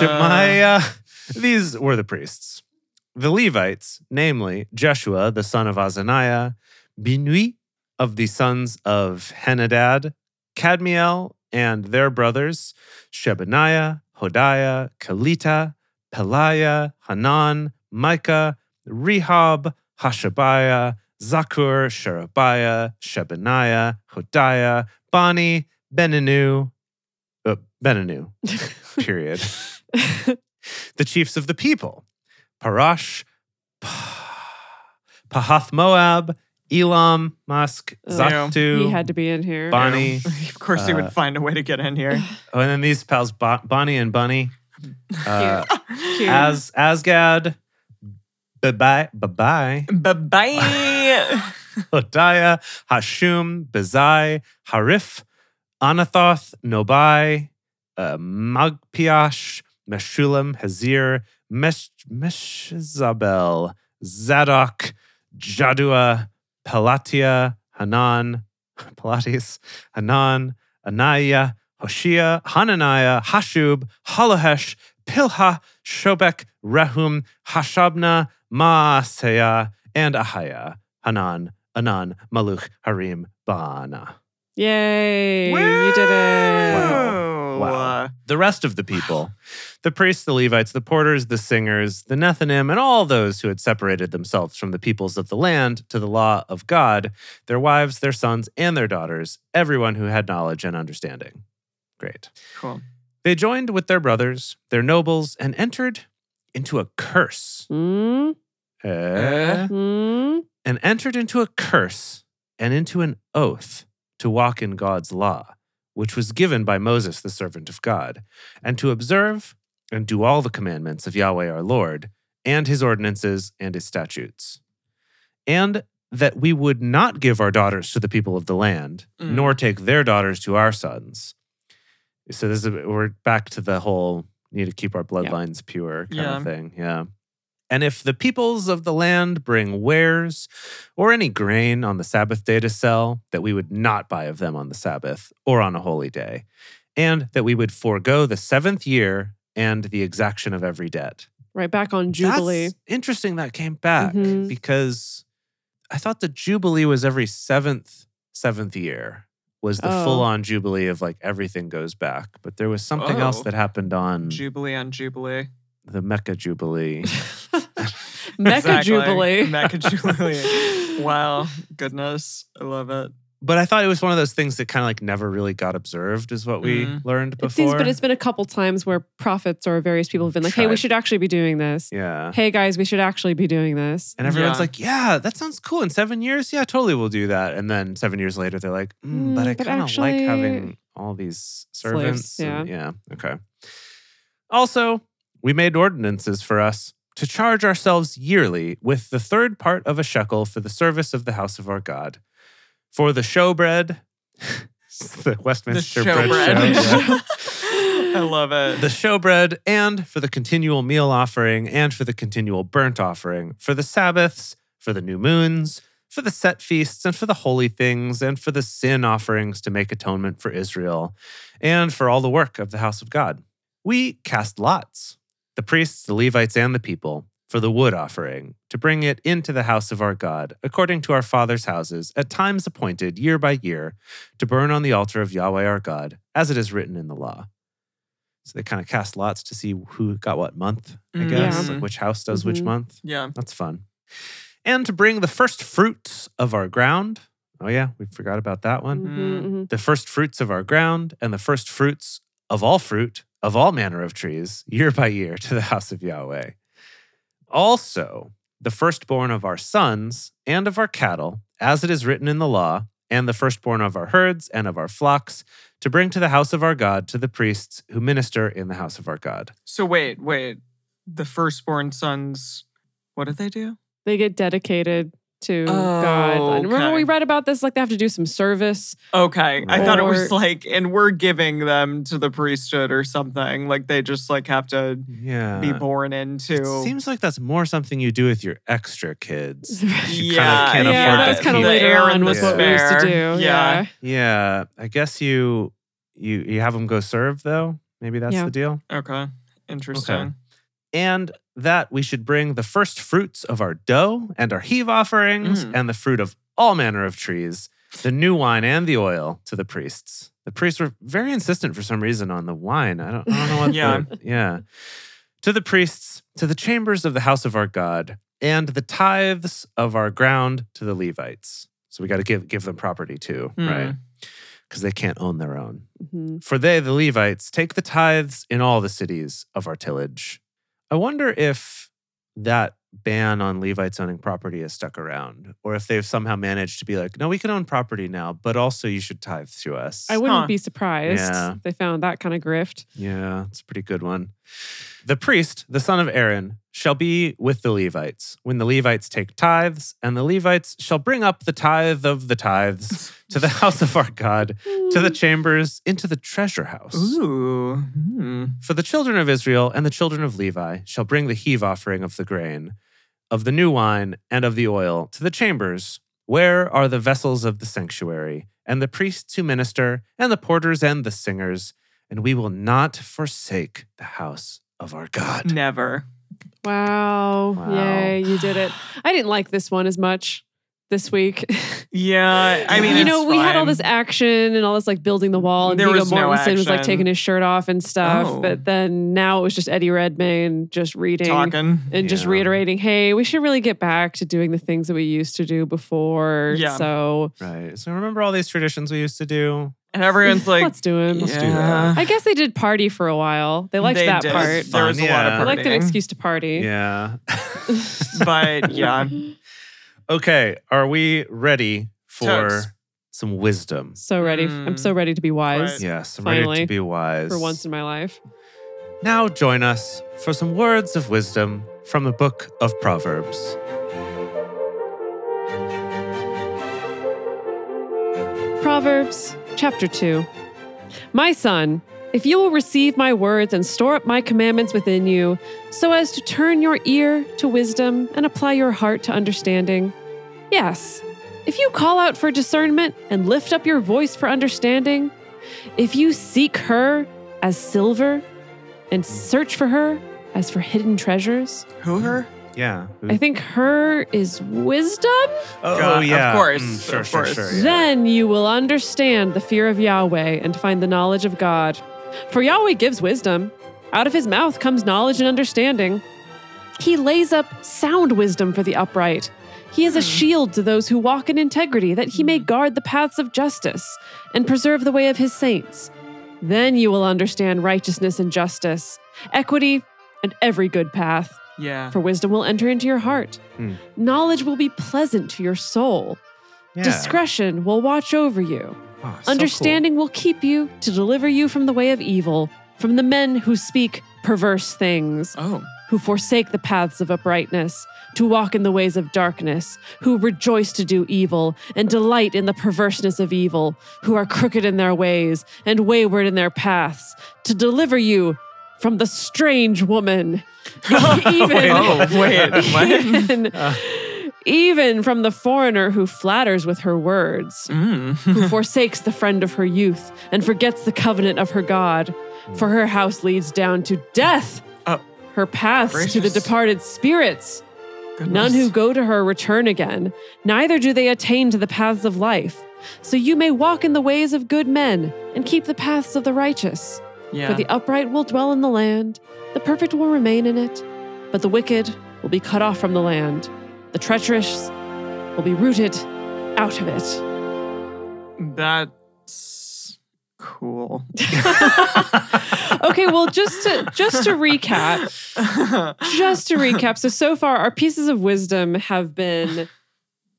[SPEAKER 4] Shemaiah. These were the priests. The Levites, namely Jeshua, the son of Azaniah, Binui of the sons of Henadad, Cadmiel and their brothers, Shebaniah, Hodiah, Kalita, Peliah, Hanan, Micah, Rehob, Hashabiah, Zakur, Sherebiah, Shebaniah, Hodiah, Bani, Beninu, uh,
[SPEAKER 3] [LAUGHS]
[SPEAKER 4] Beninu, period. the chiefs of the people, Parash, Pahath Moab, Elam, Musk,
[SPEAKER 3] Oh,
[SPEAKER 4] Zaktu,
[SPEAKER 3] He had to be in here.
[SPEAKER 4] Bonnie.
[SPEAKER 2] of course, he
[SPEAKER 4] Uh,
[SPEAKER 2] would find a way to get in
[SPEAKER 3] [SIGHS]
[SPEAKER 2] here.
[SPEAKER 4] Oh, and then these pals, Bo- Bonnie
[SPEAKER 3] [LAUGHS]
[SPEAKER 4] and Bunny, uh,
[SPEAKER 3] Cute.
[SPEAKER 4] As Asgad, Bye Bye,
[SPEAKER 2] Bye
[SPEAKER 4] [LAUGHS]
[SPEAKER 2] bye.
[SPEAKER 4] Hodiah, Hashum, Bezai, Harif, Anathoth, Nobai, uh, Magpiash, Meshulam, Hazir, Mesh- Meshzabel, Zadok, Jadua, Pelatia, Hanan, [LAUGHS] Pilates, Hanan, Anaya, Hoshea, Hananiah, Hashub, Halahesh, Pilha, Shobek, Rehum, Hashabna, Maaseah, and Ahiah, Hanan, Anan, Maluch, Harim, Baana.
[SPEAKER 3] Yay. You did it.
[SPEAKER 4] Wow. Wow. The rest of the people, [SIGHS] the priests, the Levites, the porters, the singers, the Nethinim, and all those who had separated themselves from the peoples of the land to the law of God, their wives, their sons, and their daughters, everyone who had knowledge and understanding. Great.
[SPEAKER 2] Cool.
[SPEAKER 4] They joined with their brothers, their nobles, and entered into a curse.
[SPEAKER 3] Mm,
[SPEAKER 4] Eh?
[SPEAKER 3] mm.
[SPEAKER 4] and entered into a curse and into an oath to walk in God's law, which was given by Moses, the servant of God, and to observe and do all the commandments of Yahweh our Lord, and his ordinances and his statutes. And that we would not give our daughters to the people of the land,
[SPEAKER 2] Mm.
[SPEAKER 4] nor take their daughters to our sons. So this is we're back to the whole need to keep our bloodlines pure kind
[SPEAKER 2] Yeah.
[SPEAKER 4] of thing. Yeah. And if the peoples of the land bring wares or any grain on the Sabbath day to sell, that we would not buy of them on the Sabbath or on a holy day, and that we would forego the seventh year and the exaction of every debt.
[SPEAKER 3] Right back
[SPEAKER 2] [LAUGHS]
[SPEAKER 3] on Jubilee. [LAUGHS]
[SPEAKER 4] That's interesting that came back
[SPEAKER 3] Mhm.
[SPEAKER 4] because I thought the Jubilee was every seventh, seventh year was the
[SPEAKER 3] Oh.
[SPEAKER 4] full on Jubilee of like everything goes back. But there was something else
[SPEAKER 2] Oh.
[SPEAKER 4] that happened on
[SPEAKER 2] Jubilee on Jubilee.
[SPEAKER 4] the Mecca Jubilee.
[SPEAKER 3] Mecca
[SPEAKER 2] Exactly.
[SPEAKER 3] Jubilee.
[SPEAKER 4] [LAUGHS]
[SPEAKER 2] Mecca Jubilee. wow. Goodness. I love it.
[SPEAKER 4] but I thought it was one of those things that kind of like never really got observed, is what we
[SPEAKER 2] Mm.
[SPEAKER 4] learned
[SPEAKER 3] It
[SPEAKER 4] before.
[SPEAKER 3] seems, but it's been a couple times where prophets or various people have been like, hey, we
[SPEAKER 4] Tried.
[SPEAKER 3] should actually be doing this.
[SPEAKER 4] yeah.
[SPEAKER 3] Hey, guys, we should actually be doing this.
[SPEAKER 4] And everyone's
[SPEAKER 2] Yeah.
[SPEAKER 4] like, yeah, that sounds cool. In seven years, yeah, totally we'll do that. And then seven years later, they're like, mm, but
[SPEAKER 3] Mm,
[SPEAKER 4] I
[SPEAKER 3] but
[SPEAKER 4] kind of like
[SPEAKER 3] actually-
[SPEAKER 4] having all these servants.
[SPEAKER 3] Slaves,
[SPEAKER 4] and- yeah. Okay. Also, we made ordinances for us to charge ourselves yearly with the third part of a shekel for the service of the house of our God. For the showbread, [LAUGHS] the Westminster bread
[SPEAKER 3] showbread.
[SPEAKER 4] show. yeah.
[SPEAKER 2] [LAUGHS] I love it.
[SPEAKER 4] the showbread, and for the continual meal offering, and for the continual burnt offering, for the Sabbaths, for the new moons, for the set feasts, and for the holy things, and for the sin offerings to make atonement for Israel, and for all the work of the house of God. We cast lots, the priests, the Levites, and the people, for the wood offering, to bring it into the house of our God, according to our fathers' houses, at times appointed year by year, to burn on the altar of Yahweh our God, as it is written in the law. So they kind of cast lots to see who got what month, I
[SPEAKER 2] Mm.
[SPEAKER 4] guess,
[SPEAKER 2] Yeah. Mm-hmm.
[SPEAKER 4] like which house does which
[SPEAKER 3] Mhm.
[SPEAKER 4] month.
[SPEAKER 2] yeah.
[SPEAKER 4] That's fun. And to bring the first fruits of our ground. Oh, yeah, we forgot about that one.
[SPEAKER 3] Mhm, mhm.
[SPEAKER 4] The first fruits of our ground and the first fruits of all fruit of all manner of trees, year by year, to the house of Yahweh. Also, the firstborn of our sons and of our cattle, as it is written in the law, and the firstborn of our herds and of our flocks, to bring to the house of our God to the priests who minister in the house of our God.
[SPEAKER 2] So wait, wait. The firstborn sons, what did they do?
[SPEAKER 3] They get dedicated to God. And remember,
[SPEAKER 2] Okay.
[SPEAKER 3] we read about this like they have to do some service.
[SPEAKER 2] Okay. I thought it was
[SPEAKER 3] Or-
[SPEAKER 2] like, and we're giving them to the priesthood or something. Like they just like have to
[SPEAKER 4] Yeah.
[SPEAKER 2] be born into.
[SPEAKER 4] Uh, It seems like that's more something you do with your
[SPEAKER 3] [LAUGHS]
[SPEAKER 4] extra kids. You kinda
[SPEAKER 2] yeah,
[SPEAKER 3] yeah,
[SPEAKER 4] can't afford
[SPEAKER 3] that
[SPEAKER 4] that
[SPEAKER 3] was kind of
[SPEAKER 4] heat.
[SPEAKER 2] The
[SPEAKER 3] later
[SPEAKER 2] air
[SPEAKER 3] on
[SPEAKER 2] and
[SPEAKER 3] was
[SPEAKER 2] the
[SPEAKER 3] what we used to do.
[SPEAKER 2] spare.
[SPEAKER 3] Yeah.
[SPEAKER 4] Yeah, I guess you you you have them go serve though. Maybe that's
[SPEAKER 3] Yeah.
[SPEAKER 4] the deal.
[SPEAKER 2] Okay. Interesting.
[SPEAKER 4] And that we should bring the first fruits of our dough and our heave offerings
[SPEAKER 2] Mm.
[SPEAKER 4] and the fruit of all manner of trees, the new wine and the oil to the priests. The priests were very insistent for some reason on the wine. I don't, I don't know
[SPEAKER 2] [LAUGHS]
[SPEAKER 4] what.
[SPEAKER 2] Yeah.
[SPEAKER 4] the- yeah. To the priests, to the chambers of the house of our God, and the tithes of our ground to the Levites. So we got to give give them property too,
[SPEAKER 2] Mm.
[SPEAKER 4] right? Because they can't own their own.
[SPEAKER 3] Mhm.
[SPEAKER 4] For they, the Levites, take the tithes in all the cities of our tillage. I wonder if that ban on Levites owning property has stuck around, or if they've somehow managed to be like, no, we can own property now, but also you should tithe to us.
[SPEAKER 3] I wouldn't
[SPEAKER 2] Huh.
[SPEAKER 3] be surprised
[SPEAKER 4] Yeah.
[SPEAKER 3] if they found that kind of grift.
[SPEAKER 4] Yeah, it's a pretty good one. The priest, the son of Aaron, shall be with the Levites when the Levites take tithes, and the Levites shall bring up the tithe of the tithes to the house of our God, to the chambers, into the treasure house.
[SPEAKER 2] Ooh. Hmm.
[SPEAKER 4] For the children of Israel and the children of Levi shall bring the heave offering of the grain, of the new wine, and of the oil to the chambers, where are the vessels of the sanctuary, and the priests who minister, and the porters and the singers, and we will not forsake the house of our
[SPEAKER 3] Mm.
[SPEAKER 4] God.
[SPEAKER 2] Never.
[SPEAKER 3] Wow.
[SPEAKER 4] Wow.
[SPEAKER 3] Yay, you did it. I didn't like this one as much this week. [LAUGHS]
[SPEAKER 2] Yeah. I mean,
[SPEAKER 3] you know,
[SPEAKER 2] it's
[SPEAKER 3] we had all this
[SPEAKER 2] fine.
[SPEAKER 3] action and all this like building the wall, and
[SPEAKER 2] There
[SPEAKER 3] Viggo
[SPEAKER 2] was no
[SPEAKER 3] Mortensen was like
[SPEAKER 2] action.
[SPEAKER 3] taking his shirt off and stuff.
[SPEAKER 2] Oh.
[SPEAKER 3] But then now it was just Eddie Redmayne just reading
[SPEAKER 2] talking.
[SPEAKER 3] and just
[SPEAKER 4] Yeah.
[SPEAKER 3] reiterating, hey, we should really get back to doing the things that we used to do before.
[SPEAKER 2] Yeah.
[SPEAKER 3] So
[SPEAKER 4] Right. So remember all these traditions we used to do?
[SPEAKER 2] And everyone's like,
[SPEAKER 3] [LAUGHS] let's do it.
[SPEAKER 4] Let's do
[SPEAKER 2] yeah.
[SPEAKER 4] that.
[SPEAKER 3] I guess they did party for a while. They liked
[SPEAKER 2] They
[SPEAKER 3] that
[SPEAKER 2] did.
[SPEAKER 3] part.
[SPEAKER 2] There was
[SPEAKER 4] Fun,
[SPEAKER 2] a lot of
[SPEAKER 4] yeah.
[SPEAKER 3] I liked an
[SPEAKER 2] partying.
[SPEAKER 3] excuse to party.
[SPEAKER 4] Yeah. [LAUGHS]
[SPEAKER 2] But
[SPEAKER 3] [LAUGHS]
[SPEAKER 2] yeah.
[SPEAKER 4] okay. Are we ready for
[SPEAKER 2] Totes.
[SPEAKER 4] some wisdom?
[SPEAKER 3] So ready. I'm
[SPEAKER 2] Mm.
[SPEAKER 3] so ready to be wise
[SPEAKER 2] Right.
[SPEAKER 4] Yes, I'm ready
[SPEAKER 3] Finally.
[SPEAKER 4] to be wise.
[SPEAKER 3] for once in my life.
[SPEAKER 4] Now join us for some words of wisdom from the book of Proverbs.
[SPEAKER 3] Proverbs chapter 2. My son, if you will receive my words and store up my commandments within you, so as to turn your ear to wisdom and apply your heart to understanding. Yes, if you call out for discernment and lift up your voice for understanding, if you seek her as silver and search for her as for hidden treasures,
[SPEAKER 2] Who her?
[SPEAKER 4] Yeah.
[SPEAKER 3] I think her is wisdom.
[SPEAKER 4] oh,
[SPEAKER 2] God, of
[SPEAKER 4] yeah.
[SPEAKER 2] course,
[SPEAKER 4] Mm, sure,
[SPEAKER 2] of
[SPEAKER 4] sure,
[SPEAKER 2] course.
[SPEAKER 4] sure. yeah.
[SPEAKER 3] Then you will understand the fear of Yahweh and find the knowledge of God. For Yahweh gives wisdom. Out of his mouth comes knowledge and understanding. He lays up sound wisdom for the upright. He is a shield to those who walk in integrity, that he may guard the paths of justice and preserve the way of his saints. Then you will understand righteousness and justice, equity, and every good path.
[SPEAKER 2] Yeah.
[SPEAKER 3] For wisdom will enter into your heart.
[SPEAKER 4] Hmm.
[SPEAKER 3] Knowledge will be pleasant to your soul.
[SPEAKER 4] Yeah.
[SPEAKER 3] Discretion will watch over you.
[SPEAKER 4] Oh, so
[SPEAKER 3] Understanding will keep you to deliver you from the way of evil, from the men who speak perverse things,
[SPEAKER 2] Oh.
[SPEAKER 3] who forsake the paths of uprightness, to walk in the ways of darkness, who rejoice to do evil, and delight in the perverseness of evil, who are crooked in their ways and wayward in their paths, to deliver you from the strange woman. Even-
[SPEAKER 2] Oh, [LAUGHS] wait. [LAUGHS]
[SPEAKER 3] [LAUGHS]
[SPEAKER 2] What?
[SPEAKER 3] even,
[SPEAKER 2] Uh.
[SPEAKER 3] even from the foreigner who flatters with her words,
[SPEAKER 2] Mm. [LAUGHS]
[SPEAKER 3] who forsakes the friend of her youth and forgets the covenant of her God. For her house leads down to death,
[SPEAKER 2] Oh.
[SPEAKER 3] her paths to the
[SPEAKER 2] Gracious.
[SPEAKER 3] departed spirits. None
[SPEAKER 2] Goodness.
[SPEAKER 3] who go to her return again, neither do they attain to the paths of life. So you may walk in the ways of good men and keep the paths of the righteous.
[SPEAKER 2] Yeah.
[SPEAKER 3] For the upright will dwell in the land, the perfect will remain in it, but the wicked will be cut off from the land. The treacherous will be rooted out
[SPEAKER 2] [LAUGHS]
[SPEAKER 3] of it.
[SPEAKER 2] That's cool. [LAUGHS]
[SPEAKER 3] Okay, well, just to just to recap,
[SPEAKER 2] Uh-huh.
[SPEAKER 3] just to recap. So so far, our pieces of wisdom have been,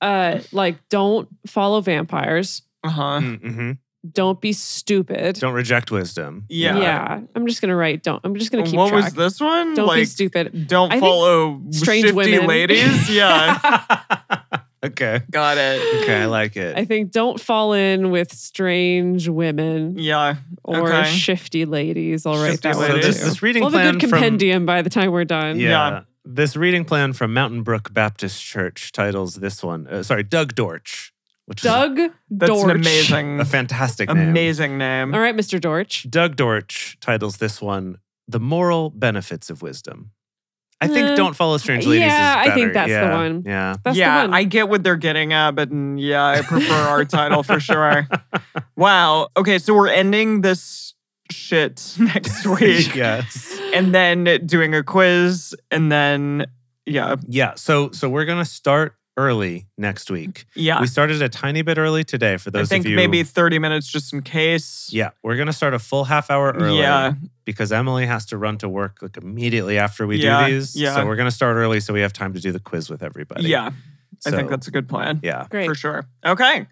[SPEAKER 3] uh, like don't follow vampires,
[SPEAKER 2] Uh huh.
[SPEAKER 4] cool. Mm, mhm.
[SPEAKER 3] don't be stupid.
[SPEAKER 4] Don't reject wisdom.
[SPEAKER 2] Yeah.
[SPEAKER 3] yeah. I'm just gonna write. Don't. I'm just gonna keep
[SPEAKER 2] What
[SPEAKER 3] track.
[SPEAKER 2] was this one?
[SPEAKER 3] Don't be
[SPEAKER 2] like,
[SPEAKER 3] stupid. I
[SPEAKER 2] don't
[SPEAKER 3] think
[SPEAKER 2] follow
[SPEAKER 3] strange
[SPEAKER 2] shifty
[SPEAKER 3] women. [LAUGHS]
[SPEAKER 2] ladies. Yeah.
[SPEAKER 4] [LAUGHS] okay.
[SPEAKER 2] Got it.
[SPEAKER 4] Okay, I like it.
[SPEAKER 3] I think don't fall in with strange women.
[SPEAKER 2] Yeah.
[SPEAKER 3] or
[SPEAKER 2] Okay.
[SPEAKER 3] shifty ladies. I'll write
[SPEAKER 2] Shifty
[SPEAKER 3] that
[SPEAKER 4] so
[SPEAKER 3] one
[SPEAKER 4] this,
[SPEAKER 3] too.
[SPEAKER 4] this reading
[SPEAKER 3] we'll have a
[SPEAKER 4] plan
[SPEAKER 3] good
[SPEAKER 4] from
[SPEAKER 3] compendium by the time we're done.
[SPEAKER 4] Yeah.
[SPEAKER 2] Yeah.
[SPEAKER 4] This reading plan from Mountain Brook Baptist Church titles this one, uh, sorry, Doug Dorch, which
[SPEAKER 3] Doug
[SPEAKER 2] That's
[SPEAKER 3] Dorch.
[SPEAKER 2] an
[SPEAKER 4] is
[SPEAKER 2] amazing,
[SPEAKER 4] a fantastic name.
[SPEAKER 2] amazing name.
[SPEAKER 3] All right, Mr. Dorch.
[SPEAKER 4] Doug Dorch titles this one, The Moral Benefits of Wisdom. I think
[SPEAKER 3] Uh,
[SPEAKER 4] Don't Follow Strange Ladies
[SPEAKER 3] yeah,
[SPEAKER 4] is
[SPEAKER 3] I think
[SPEAKER 4] better.
[SPEAKER 3] that's the
[SPEAKER 4] Yeah,
[SPEAKER 3] one.
[SPEAKER 2] [LAUGHS]
[SPEAKER 4] Yeah.
[SPEAKER 3] That's
[SPEAKER 2] yeah,
[SPEAKER 3] the one.
[SPEAKER 2] I get what they're getting at, but mm, yeah, I prefer our title for [LAUGHS] sure. Wow. Okay, so we're ending this shit [LAUGHS] next week,
[SPEAKER 4] [LAUGHS] yes.
[SPEAKER 2] and then doing a quiz, and then yeah,
[SPEAKER 4] Yeah. So so we're gonna start early next week.
[SPEAKER 2] yeah.
[SPEAKER 4] We started a tiny bit early today for
[SPEAKER 2] I
[SPEAKER 4] those
[SPEAKER 2] think
[SPEAKER 4] of you.
[SPEAKER 2] maybe thirty minutes just in case.
[SPEAKER 4] yeah, we're gonna start a full half hour early.
[SPEAKER 2] Yeah.
[SPEAKER 4] because Emily has to run to work like immediately after we
[SPEAKER 2] Yeah,
[SPEAKER 4] do these.
[SPEAKER 2] yeah.
[SPEAKER 4] So we're gonna start early so we have time to do the quiz with everybody.
[SPEAKER 2] yeah. I
[SPEAKER 4] So,
[SPEAKER 2] think that's a good plan.
[SPEAKER 4] yeah.
[SPEAKER 3] Great.
[SPEAKER 2] for sure. Okay.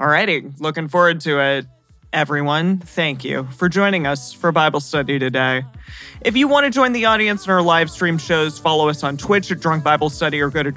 [SPEAKER 2] Alrighty. Looking forward to it. Everyone, thank you for joining us for Bible study today. If you want to join the audience in our live stream shows, follow us on Twitch at Drunk Bible Study or go to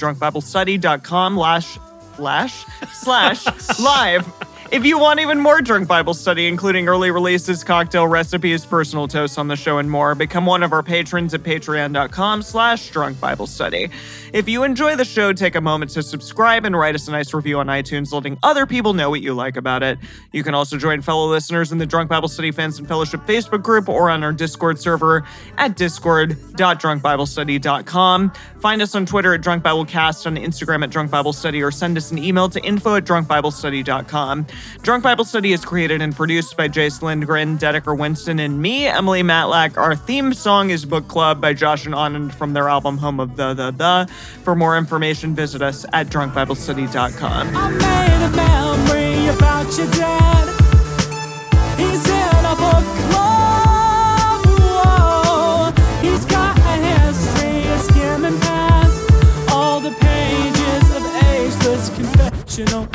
[SPEAKER 2] drunkbiblestudy.com slash slash slash live. If you want even more Drunk Bible Study, including early releases, cocktail recipes, personal toasts on the show, and more, become one of our patrons at patreon.com slash drunk Bible study. If you enjoy the show, take a moment to subscribe and write us a nice review on iTunes, letting other people know what you like about it. You can also join fellow listeners in the Drunk Bible Study Fans and Fellowship Facebook group or on our Discord server at discord.drunkbiblestudy.com. Find us on Twitter at Drunk Bible Cast, on Instagram at Drunk Bible Study, or send us an email to info at drunkbiblestudy.com. Drunk Bible Study is created and produced by Jace Lindgren, Dedeker Winston, and me, Emily Matlack. Our theme song is Book Club by Josh and Anand from their album Home of the The The. For more information, visit us at drunkbiblestudy.com.
[SPEAKER 1] I made a memory about your dad. He's in a book club. Whoa. He's got a history of skimming past all the pages of ageless confessional